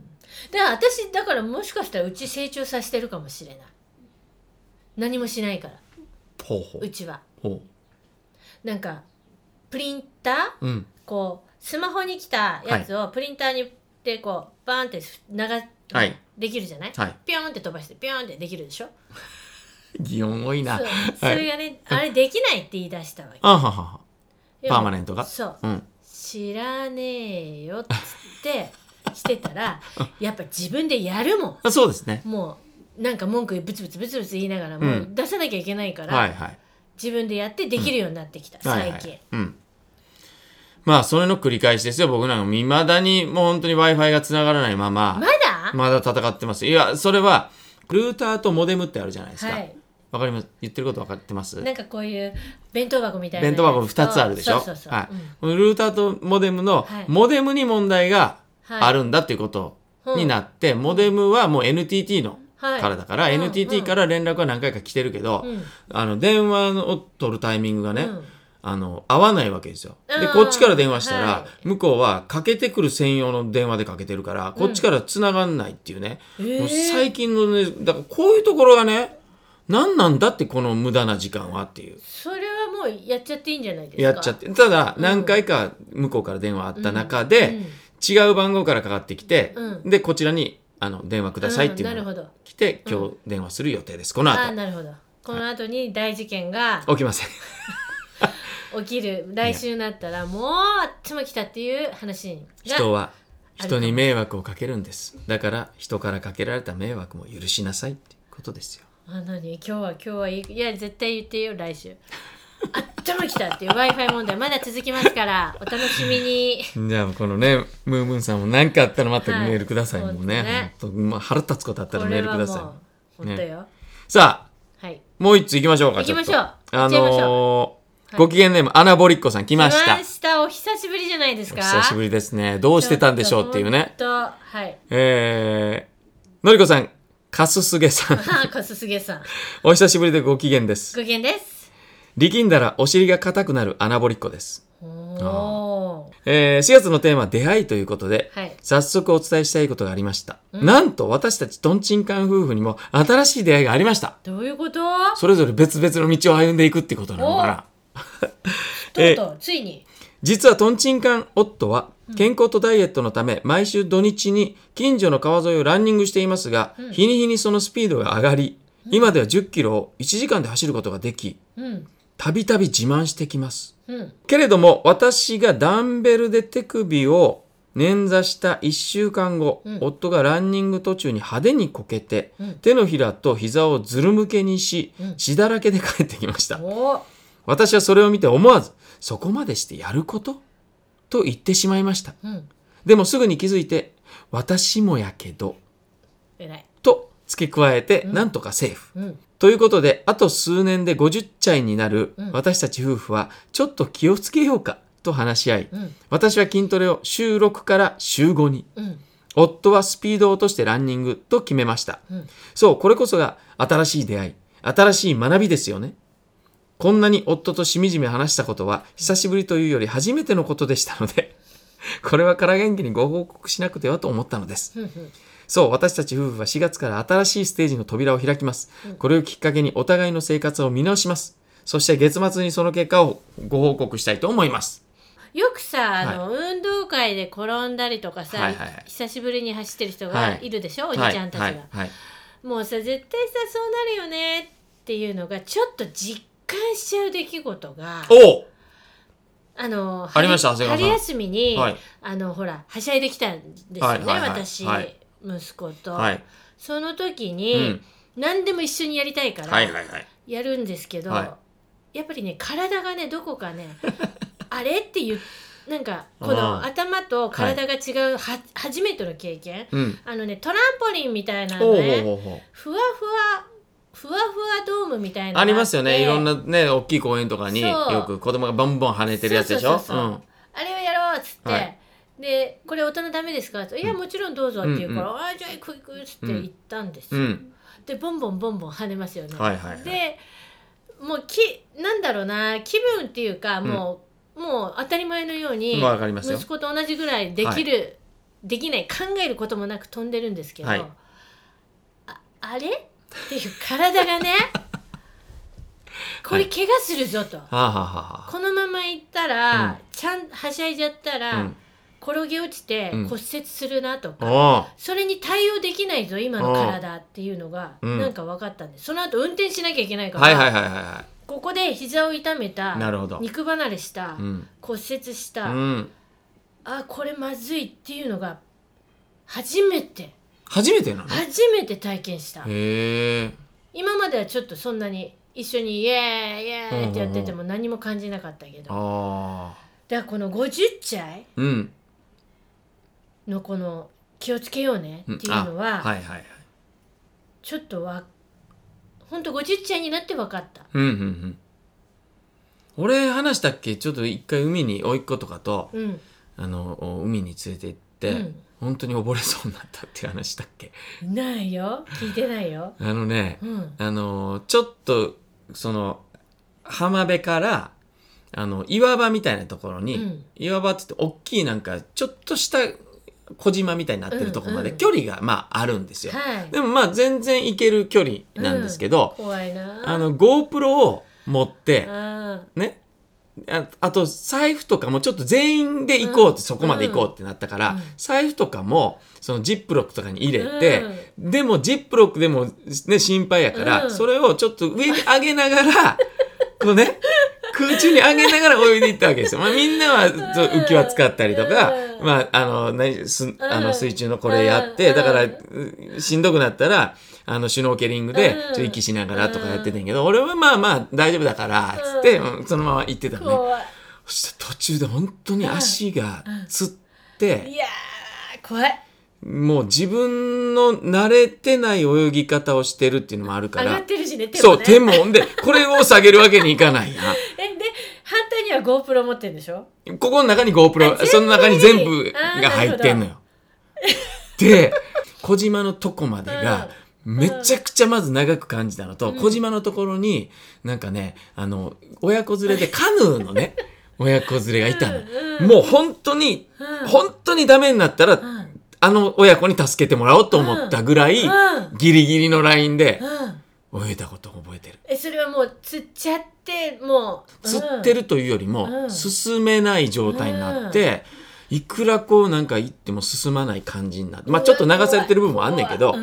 S1: だから私だからもしかしたらうち成長させてるかもしれない何もしないから
S2: ほうほ
S1: う
S2: う
S1: ちは
S2: ほ
S1: なんかプリンター
S2: う。うん。
S1: こうスマホに来たやつをプリンターにでこうバーンって流、
S2: はい
S1: できるじゃない、
S2: はい。
S1: ピョーンって飛ばしてピョーンってできるでしょ
S2: 擬音多いな。
S1: そうそ
S2: はい
S1: れがね、あれできないって言い出したわけ
S2: あははは。
S1: でも
S2: パーマネントが。
S1: そう
S2: うん。
S1: 知らねえよっつってしてた らやっぱ自分でやるもん
S2: あそうですね。
S1: もうなんか文句ブツブツブツブツ言いながらも
S2: う
S1: う出さなきゃいけないから、
S2: はいはい。
S1: 自分でやってできるようになってきた、
S2: はいは
S1: 最近、
S2: い、うんまあそれの繰り返しですよ僕なんか未だにもう本当に w i f i が繋がらないまま
S1: まだ、
S2: まだ戦ってますいやそれはルーターとモデムってあるじゃないですかわ、
S1: はい
S2: かります言ってることわかってます
S1: なんかこういう弁当箱みたいなや
S2: 弁
S1: つ
S2: 当
S1: と
S2: 箱2つあるでしょ
S1: そうそうそう、
S2: は
S1: う
S2: い
S1: ん
S2: このルーターとモデムの、
S1: はい
S2: モデムに問題が
S1: はい
S2: あるんだっていうことになって、モデムはもう NTT の
S1: はい
S2: からだから、
S1: うん
S2: NTT から連絡は何回か来てるけど、
S1: うん
S2: あの電話を取るタイミングがね、
S1: うん
S2: あの合わないわけですよ。
S1: う
S2: で
S1: ん
S2: こっちから電話したら、
S1: は
S2: 向こうはかけてくる専用の電話でかけてるからこっちから繋がんないっていうね、
S1: えー
S2: もう最近のねだからこういうところがね何なんだってこの無駄な時間はっていう
S1: それはもうやっちゃっていいんじゃないですか
S2: やっちゃってただ何回か向こうから電話あった中で、
S1: うん
S2: 違う番号からかかってきて、
S1: う
S2: でこちらにあの電話くださいっていう
S1: なる
S2: の
S1: ほ
S2: が
S1: ど
S2: 来て、今日電話する予定ですこの
S1: ああ
S2: 後
S1: なるほどこの後に大事件が
S2: 起きません
S1: 起きる来週になったらもうあっちも来たっていう話が
S2: 人は
S1: ある
S2: 人に迷惑をかけるんですだから人からかけられた迷惑も許しなさいってことですよ
S1: あ何今日は今日はいいいや絶対言ってよ来週あっちも来たっていう w i f i 問題まだ続きますからお楽しみに
S2: じゃあこのねムームーンさんも何かあったらまた
S1: はい
S2: メールください、もうねほんとまあ、腹立つことあった
S1: こ
S2: らメ
S1: れ
S2: ール
S1: は
S2: く
S1: も
S2: だ
S1: う
S2: さ
S1: 本当よ、
S2: いさあ
S1: はい
S2: もう一つ行きましょうか
S1: 行きましょう
S2: ちょっとあ
S1: 行っちゃいまし
S2: のー
S1: はい
S2: ご機嫌ネームアナボリッコさん来ました
S1: 来ましたお久しぶりじゃないです
S2: お
S1: か
S2: 久しぶりですねどうしてたんでしょうっていうね
S1: ちょっとはい
S2: えー、のりこさんかすすげさん
S1: あかすすげさん
S2: お久しぶりでご機嫌です
S1: ご機嫌です
S2: 力んだらお尻が硬くなるアナボリッコです
S1: おお
S2: えー4月のテーマは出会いということで、
S1: はい
S2: 早速お伝えしたいことがありました、なんと私たちトンチンカン夫婦にも新しい出会いがありました
S1: どういうこと
S2: それぞれ別々の道を歩んでいくってことなのかな
S1: とうとうついに
S2: 実はトンチンカン夫は健康とダイエットのため毎週土日に近所の川沿いをランニングしていますが、日に日にそのスピードが上がり今では1 0キロを1時間で走ることができ
S1: うん
S2: たびたび自慢してきます
S1: うん
S2: けれども私がダンベルで手首を捻挫した1週間後、
S1: うん
S2: 夫がランニング途中に派手にこけて、
S1: うん
S2: 手のひらと膝をずるむけにし、
S1: うん
S2: 血だらけで帰ってきました
S1: おー
S2: 私はそれを見て思わずそこまでしてやることと言ってしまいました
S1: うん
S2: でもすぐに気づいて私もやけど
S1: 偉い
S2: と付け加えて、なんとかセーフ
S1: うん
S2: ということで、あと数年で50歳になる
S1: うん
S2: 私たち夫婦は、ちょっと気をつけようかと話し合い、
S1: うん
S2: 私は筋トレを週6から週5に、
S1: うん
S2: 夫はスピードを落としてランニングと決めました。
S1: うん
S2: そう、これこそが新しい出会い、新しい学びですよね。こんなに夫としみじみ話したことは、久しぶりというより初めてのことでしたので、これはから元気にご報告しなくてはと思ったのです。
S1: うんうん
S2: そう、私たち夫婦は4月から新しいステージの扉を開きます。これをきっかけにお互いの生活を見直します。そして月末にその結果をご報告したいと思います。
S1: よくさあの、運動会で転んだりとかさ、
S2: はいはい
S1: 久しぶりに走ってる人
S2: は
S1: が
S2: い
S1: いるでしょ、おじちゃんたちが、
S2: はい、はい、はい
S1: もうさ絶対さそうなるよねっていうのがちょっと実感しちゃう出来事が
S2: おう
S1: あの
S2: ありました
S1: 春
S2: 長谷川さん
S1: 春休みに、
S2: はい
S1: あのほらはしゃいできたんですよね、
S2: はいはいはい
S1: 私、
S2: はい
S1: 息子と、
S2: はい、
S1: その時
S2: う
S1: に、
S2: ん、
S1: 何でも一緒にやりたいから、
S2: はい、はい、はい。
S1: やるんですけど、
S2: は
S1: やっぱりね体がねどこ かねあれっていうなんかこ
S2: あ
S1: の
S2: ー
S1: 頭と体が違うは、初めての経験
S2: うん。
S1: あのねトランポリンみたいな
S2: お
S1: の
S2: うおう
S1: ね
S2: おうおう
S1: ふわふわふわふわドームみたいなのが
S2: ありますよ
S1: っ
S2: ね
S1: て
S2: いろんなね大きい公園とかに
S1: そう
S2: よく子供がボンボン跳ねてるやつでしょ
S1: そうそうそうそうあれをやろうっつって、
S2: はい
S1: でこれ大人ダメですかっていやもちろんどうぞって言うから、ああじゃあ行く行くっつって行ったんです
S2: う
S1: よ、
S2: んうん
S1: でボンボンボンボン跳ねますよね、
S2: はいはいはい
S1: でもうきなんだろうな気分っていうかもう、もう当たり前のように
S2: わかりますよ
S1: 息子と同じぐらいできる、できない考えることもなく飛んでるんですけど、
S2: はい
S1: ああれっていう体が ねこれ怪我するぞと、
S2: はあはあは
S1: このまま行ったら、
S2: うん
S1: ちゃんはしゃいじゃった
S2: あ
S1: ら、
S2: は
S1: 転げ落ちて
S2: うん
S1: 骨折するなと
S2: あう
S1: か、
S2: んお
S1: それに対応できないぞ今の体っていうのが、
S2: うん
S1: なんか分かったんでその後運転しなきゃいけない
S2: ー
S1: から、
S2: はいはいはいはいは
S1: ここで膝を痛めた
S2: いなるほど
S1: 肉離れした、
S2: うん
S1: 骨折し
S2: う
S1: た、
S2: ん
S1: あこれまずいっていうのが初めて
S2: 初めてなのへ
S1: 初めて体験した
S2: え
S1: 今まではちょっとそんなに一緒にイエーイイエーイってやってても何も感じなかったけど、
S2: ああ
S1: だからこの50歳
S2: うん
S1: のこの気をつけようね
S2: うん
S1: っていうのは、
S2: あはいはいはい
S1: ちょっとわ本当50歳になって分かった
S2: うんうんうん俺話したっけちょっと一回海に甥っ子とかと
S1: うん
S2: あの海に連れて行って、
S1: うん
S2: 本当に溺れそうになったっていう話したっけ
S1: ないよ聞いてないよ
S2: あのね、
S1: うん
S2: あのーちょっとその浜辺からあの岩場みたいなところに、
S1: うん
S2: 岩場って言って大きいなんかちょっとした小島みたいになってるところま
S1: うんう
S2: で
S1: ん
S2: 距離がまああるんですよ、
S1: はい
S2: でもまあ全然行ける距離なんですけど、
S1: 怖いな
S2: あの GoPro を持って
S1: あ
S2: ねああと財布とかもちょっと全員で行こうって、
S1: うん
S2: そこまで行こうってなったから、
S1: うん
S2: 財布とかもそのジップロックとかに入れて、でもジップロックでも、ね、心配やから、
S1: うん
S2: それをちょっと上に上げな がらこのね空中に上げながら泳いでいったわけですよ。まあ、みんなはそう浮き輪使ったりとか、
S1: うん
S2: まあ、あの何すあ
S1: う
S2: の
S1: ん
S2: 水中のこれやって、
S1: うん
S2: だからうしんどくなったらあのシュノーケリングで
S1: うん
S2: ちょっと息しながらとかやってたんやけど、俺はまあまあ大丈夫だからつって、うんそのまま行ってたのね。
S1: 怖
S2: そしたら途中で本当に足がつって。
S1: いいやー怖い
S2: もう自分の慣れてない泳ぎ方をしてるっていうのもあるか
S1: 上が
S2: ら
S1: っ。てるしね手もね
S2: そう、手も、んで、これを下げるわけにいかないやん。
S1: えで反対には GoPro 持ってるんでしょ
S2: ここの中に GoPro、
S1: あ
S2: その中に全
S1: 全部
S2: 部
S1: にあー
S2: が入ってんのよ。で、小島のとこまでが、めちゃくちゃまず長く感じたのと、
S1: うん
S2: 小島のところに、なんかね、あの、親子連れでカヌー のね、親子連れがいたの。
S1: うん
S2: もう本当に、
S1: うん
S2: 本当にダメになったら
S1: う、ん
S2: あの親子に助けてもらおうと思ったぐらい、
S1: うん
S2: ギリギリのラインで
S1: うん
S2: 泳いだことを覚えてる。
S1: えそれはもう釣っちゃってもう
S2: 釣って
S1: る
S2: るというよりも、
S1: うん
S2: 進めない状態になって、いくらこうなんか行っても進まない感じになって、まあちょっと流されてる部分もあんねんけど、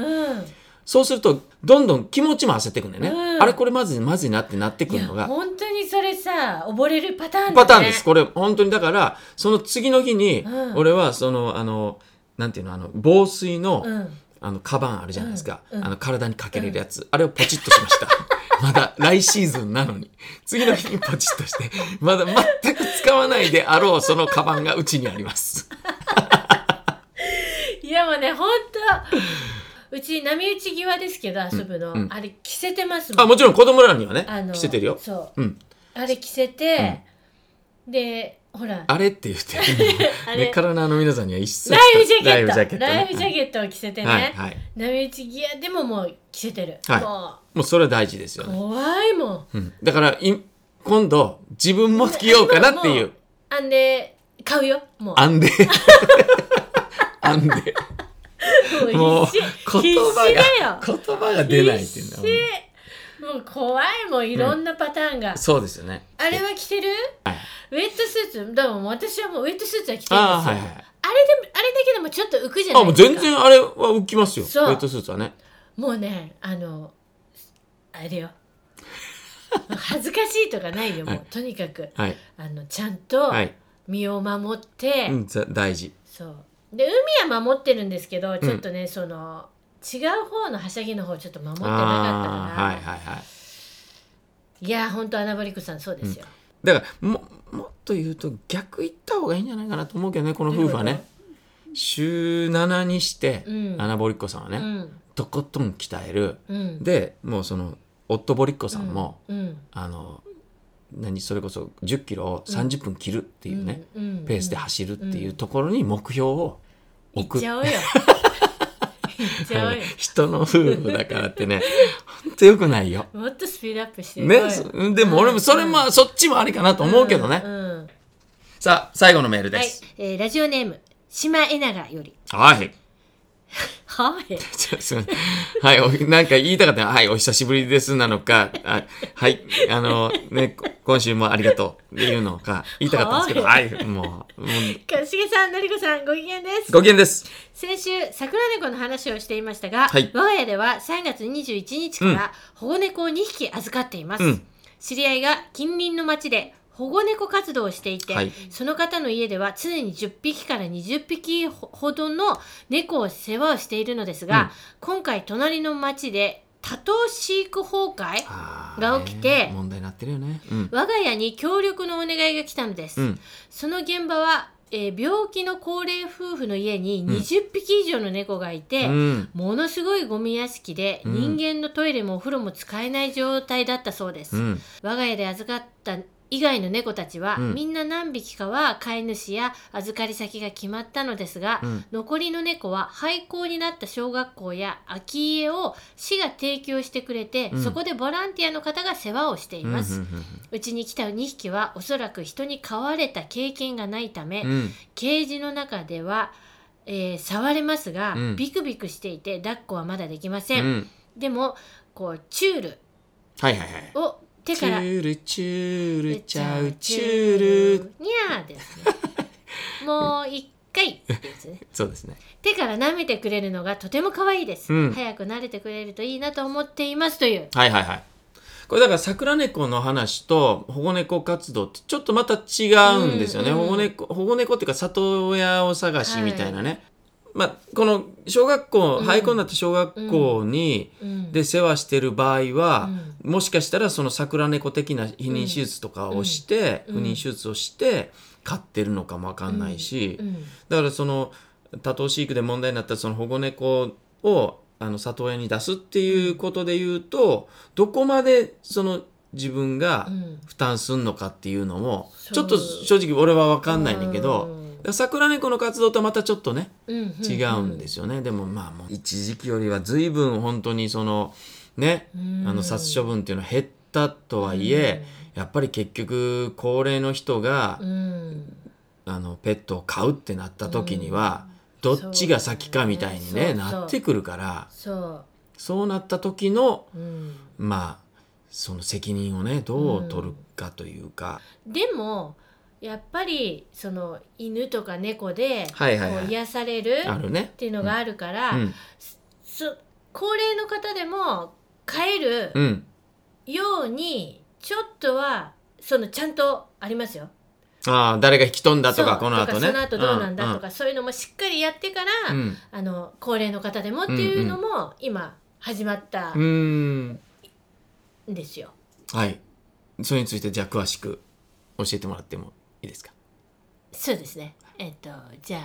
S2: そうするとどんどん気持ちも焦ってくんだよね。
S1: うん
S2: あれこれまずいまずいなってなってく
S1: い
S2: る
S1: や
S2: のが、
S1: 本当にそれさ溺れるパターンだね
S2: パターンです。これ本当にだから、その次の日に
S1: う、ん
S2: 俺はその、あの、なんていうの、あの、防水の、
S1: うん
S2: あの、カバンあるじゃないですか。
S1: うんうん
S2: あの、体にかけれるやつ。あれをポチッとしました。 まだ来シーズンなのに。次の日にポチッとして、まだ全く使わないであろう、そのカバンがうちにあります。
S1: いやもうね本当うち波打ち際ですけど遊ぶの、
S2: うんうん
S1: あれ着せてますもん
S2: あ、もちろん子供らにはね
S1: あ、の
S2: 着せてるよ。
S1: そう
S2: うん。
S1: あれ着せて、でほら
S2: あれって言って、も
S1: あ
S2: う
S1: れ
S2: ね、カラナーの皆さんには一切
S1: ライフジャケットライ
S2: ね
S1: フジャケットを着せてね、
S2: はい、はい。
S1: 波打ち際でももう着せてる、
S2: はい
S1: も
S2: もうそれは大事ですよ
S1: う
S2: ね。
S1: 怖いもん
S2: うん。だから、い今度、自分も着ようかなっていう。
S1: あんで買うよもう
S2: あんで。あんで。
S1: も
S2: も
S1: う
S2: う
S1: 必死必
S2: 言
S1: 死
S2: 葉
S1: だ
S2: が
S1: よ
S2: 言葉が出ないっていう
S1: 必
S2: の
S1: 死もう怖いもういろんなパターンが、
S2: そうですよね
S1: あれは着てる
S2: はい
S1: ウェットスーツだからもう私はもうウェットスーツは着てるんですよ
S2: あ
S1: あ,、
S2: ーはいは
S1: れ
S2: い
S1: でもあれだけでもちょっと浮くじゃな
S2: あ
S1: い
S2: もう
S1: ですか
S2: 全然あれは浮きますよウ
S1: そう
S2: ェットスーツはね
S1: もうねあのあれよ恥ずかしいとかないよもう、
S2: はい
S1: とにかく
S2: はい
S1: あのちゃんと
S2: はい
S1: 身を守って、
S2: うんざ大事
S1: そうで海は守ってるんですけどちょっとね、その違う方のはしゃぎの方をちょっと守ってなかった
S2: あ
S1: か
S2: あ
S1: ら、
S2: はいはいはい
S1: いや本当アナバリクさんそうですよ、
S2: だからももっと言うと逆行った方がいいんじゃないかなと思うけどねこの夫婦はね週7にして、
S1: うん
S2: アナボリッコさんはね、
S1: うん
S2: とことん鍛える
S1: うん
S2: でもうその夫ボリッコさんも、
S1: うん
S2: あの何それこそ10キロを30分切るっていうね、
S1: うんうんうん
S2: ペースで走るっていうところに目標を
S1: 行
S2: 置
S1: っ
S2: く
S1: ちゃおうよ行っちゃおうよ
S2: 人の夫婦だからっ てねほんとよくないよ。
S1: もっとスピードアップして
S2: ね、そでも俺もそれも、そっちもありかなと思うけどね、
S1: うんうん
S2: さあ最後のメールで
S1: はい
S2: す、、
S1: えーラジオネーム島えながより
S2: はい、
S1: はい
S2: ちょすいませんはいお、なんか言いたかったら、はい、お久しぶりですなのか、あはい、あの、ね、こ今週もありがとうっていうのか、言いたかったんですけど、は、
S1: はい
S2: も う、もう
S1: 一茂さんのりこさんご機嫌です
S2: ご機嫌です。
S1: 先週桜猫の話をしていましたが、
S2: はい
S1: 我が家では3月21日から保護猫を2匹預かっています、
S2: うん
S1: 知り合いが近隣の町で保護猫活動をしていて、
S2: はい
S1: その方の家では常に10匹から20匹ほほどの猫を世話をしているのですが、
S2: うん
S1: 今回隣の町で多頭飼育崩壊
S2: あー
S1: が起きて
S2: ね問題になってるよね。うん。
S1: 我が家に協力のお願いが来たのです、
S2: うん。
S1: その現場は、えー病気の高齢夫婦の家に20匹以上の猫がいて、
S2: うん。
S1: ものすごいゴミ屋敷で、
S2: うん
S1: 人間のトイレもお風呂も使えない状態だったそうです、
S2: うん。
S1: 我が家で預かった以外の猫たちは、
S2: うん
S1: みんな何匹かは飼い主や預かり先が決まったのですが、
S2: うん
S1: 残りの猫は廃校になった小学校や空き家を市が提供してくれて、
S2: うん
S1: そこでボランティアの方が世話をしています、
S2: うん
S1: うちに来た2匹はおそらく人に飼われた経験がないため、
S2: うんうん
S1: ケージの中では、えー触れますが、
S2: うん
S1: ビクビクしていて抱っこはまだできませ、
S2: うんん。
S1: でもこうチュール
S2: はいはいはい。
S1: を手
S2: チ
S1: から
S2: ュールチュールちゃうチュール。
S1: にゃーです ねもう一回ってやつね
S2: そうですね。
S1: 手から舐めてくれるのがとても可愛いです、
S2: うん
S1: 早く慣れてくれるといいなと思っていますという
S2: はいはいはい。これだから桜猫の話と保護猫活動ってちょっとまた違うんですよね。
S1: うんうん
S2: 保護猫、保護猫っていうか里親を探しみたいなね。まあ、この小学校、
S1: うん
S2: 廃校になった小学校に、
S1: うん
S2: で世話してる場合は、もしかしたらその桜猫的な避妊手術とかをして、
S1: うんうん
S2: 不妊手術をして飼ってるのかもわかんないし、
S1: うん
S2: だからその多頭飼育で問題になったその保護猫をあの里親に出すっていうことで言うとどこまでその自分が
S1: うん
S2: 負担すんのかっていうのも
S1: そう
S2: ちょっと正直俺は分かんないんだけ
S1: う
S2: ど。
S1: ん
S2: だから桜猫の活動とはまたちょっとね
S1: うん
S2: 違うんですよね、でもまあもう一時期よりは随分本当にそのね
S1: うん
S2: あの殺処分っていうのは減ったとはいえ、やっぱり結局高齢の人が
S1: うん
S2: あのペットを飼うってなった時には、どっちが先かみたいにね
S1: そうだねそうそう
S2: なってくるから
S1: そ
S2: そうなった時の
S1: う、うん、
S2: まあその責任をねどう取るかというか、
S1: でもやっぱりその犬とか猫でこ
S2: はいはいはいう
S1: 癒される
S2: あ
S1: っ
S2: るね。
S1: ていうのがあるから、
S2: うん
S1: そ高齢の方でも飼える
S2: うん、
S1: ようにちょっとはそのちゃんとありますよ。
S2: ああ誰が引き取んだとか
S1: そう
S2: この
S1: とか
S2: 後ね。
S1: その後どうなんだとか、そういうのもしっかりやってから、
S2: うんうん
S1: あの高齢の方でもっていうのも今始まった
S2: うんうん
S1: んですよ。
S2: はいそれについてじゃあ詳しく教えてもらってもいいですか
S1: そうですね。えっと、じゃあ、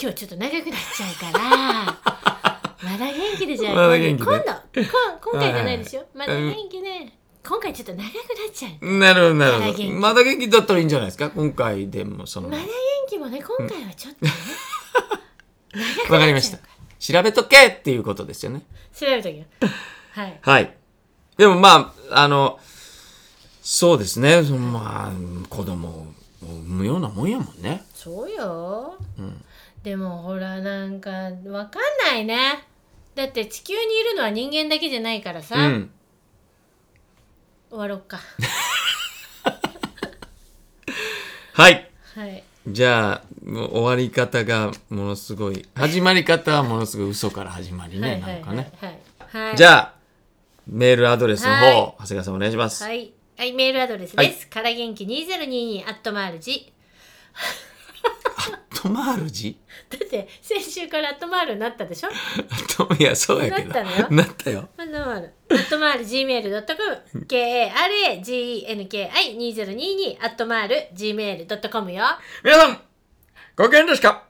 S1: 今日ちょっと長くなっちゃうから。 まだ元気でじゃあ、
S2: まだ元気で
S1: 今度、こ今回じゃないですよ。まだ元気で、今回ちょっと長くなっちゃう。
S2: なるほどな
S1: まだ
S2: るほど
S1: 元気
S2: まだ元気だったらいいんじゃないですか今回でもその
S1: まだ元気もね、今回はちょっとね。長くなっちゃう
S2: わかりました調べとけっていうことですよね
S1: 調べと きますはい。
S2: はい。でもまあ、あの、そうですね。そのまあ、子供を産むようなもんやもんね。
S1: そうよ。
S2: うん
S1: でもほら、なんか、わかんないね。だって地球にいるのは人間だけじゃないからさ。
S2: うん。
S1: 終わろうか。
S2: はい。
S1: はい。
S2: じゃあ、もう終わり方がものすごい、始まり方はものすごい嘘から始まり
S1: は
S2: ね、
S1: いは
S2: なん
S1: い
S2: か
S1: はい
S2: ね。
S1: はい。はい。
S2: じゃあ、メールアドレスの方、
S1: は
S2: 長谷川さんお願いします。
S1: はい。はい、メールアドレスです。から元気2022アットマール G。
S2: トマールジ
S1: だって、先週からアットマールになったでしょ
S2: いや、そうやけど。
S1: なったのよ
S2: なったよ。
S1: アットマール。アットマール Gmail.com。KARAGENKI2022 アットマール Gmail.com よ。
S2: 皆さん、ご機嫌ですか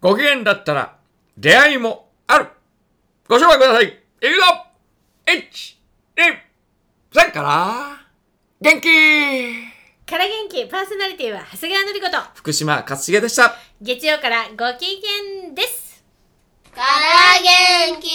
S2: ご機嫌だったら、出会いもある。ご紹介ください。いくぞ !1、2、だから、元気
S1: から元気パーソナリティは長谷川のりこと
S2: 福島勝重でした。
S1: 月曜からご機嫌です
S3: から元気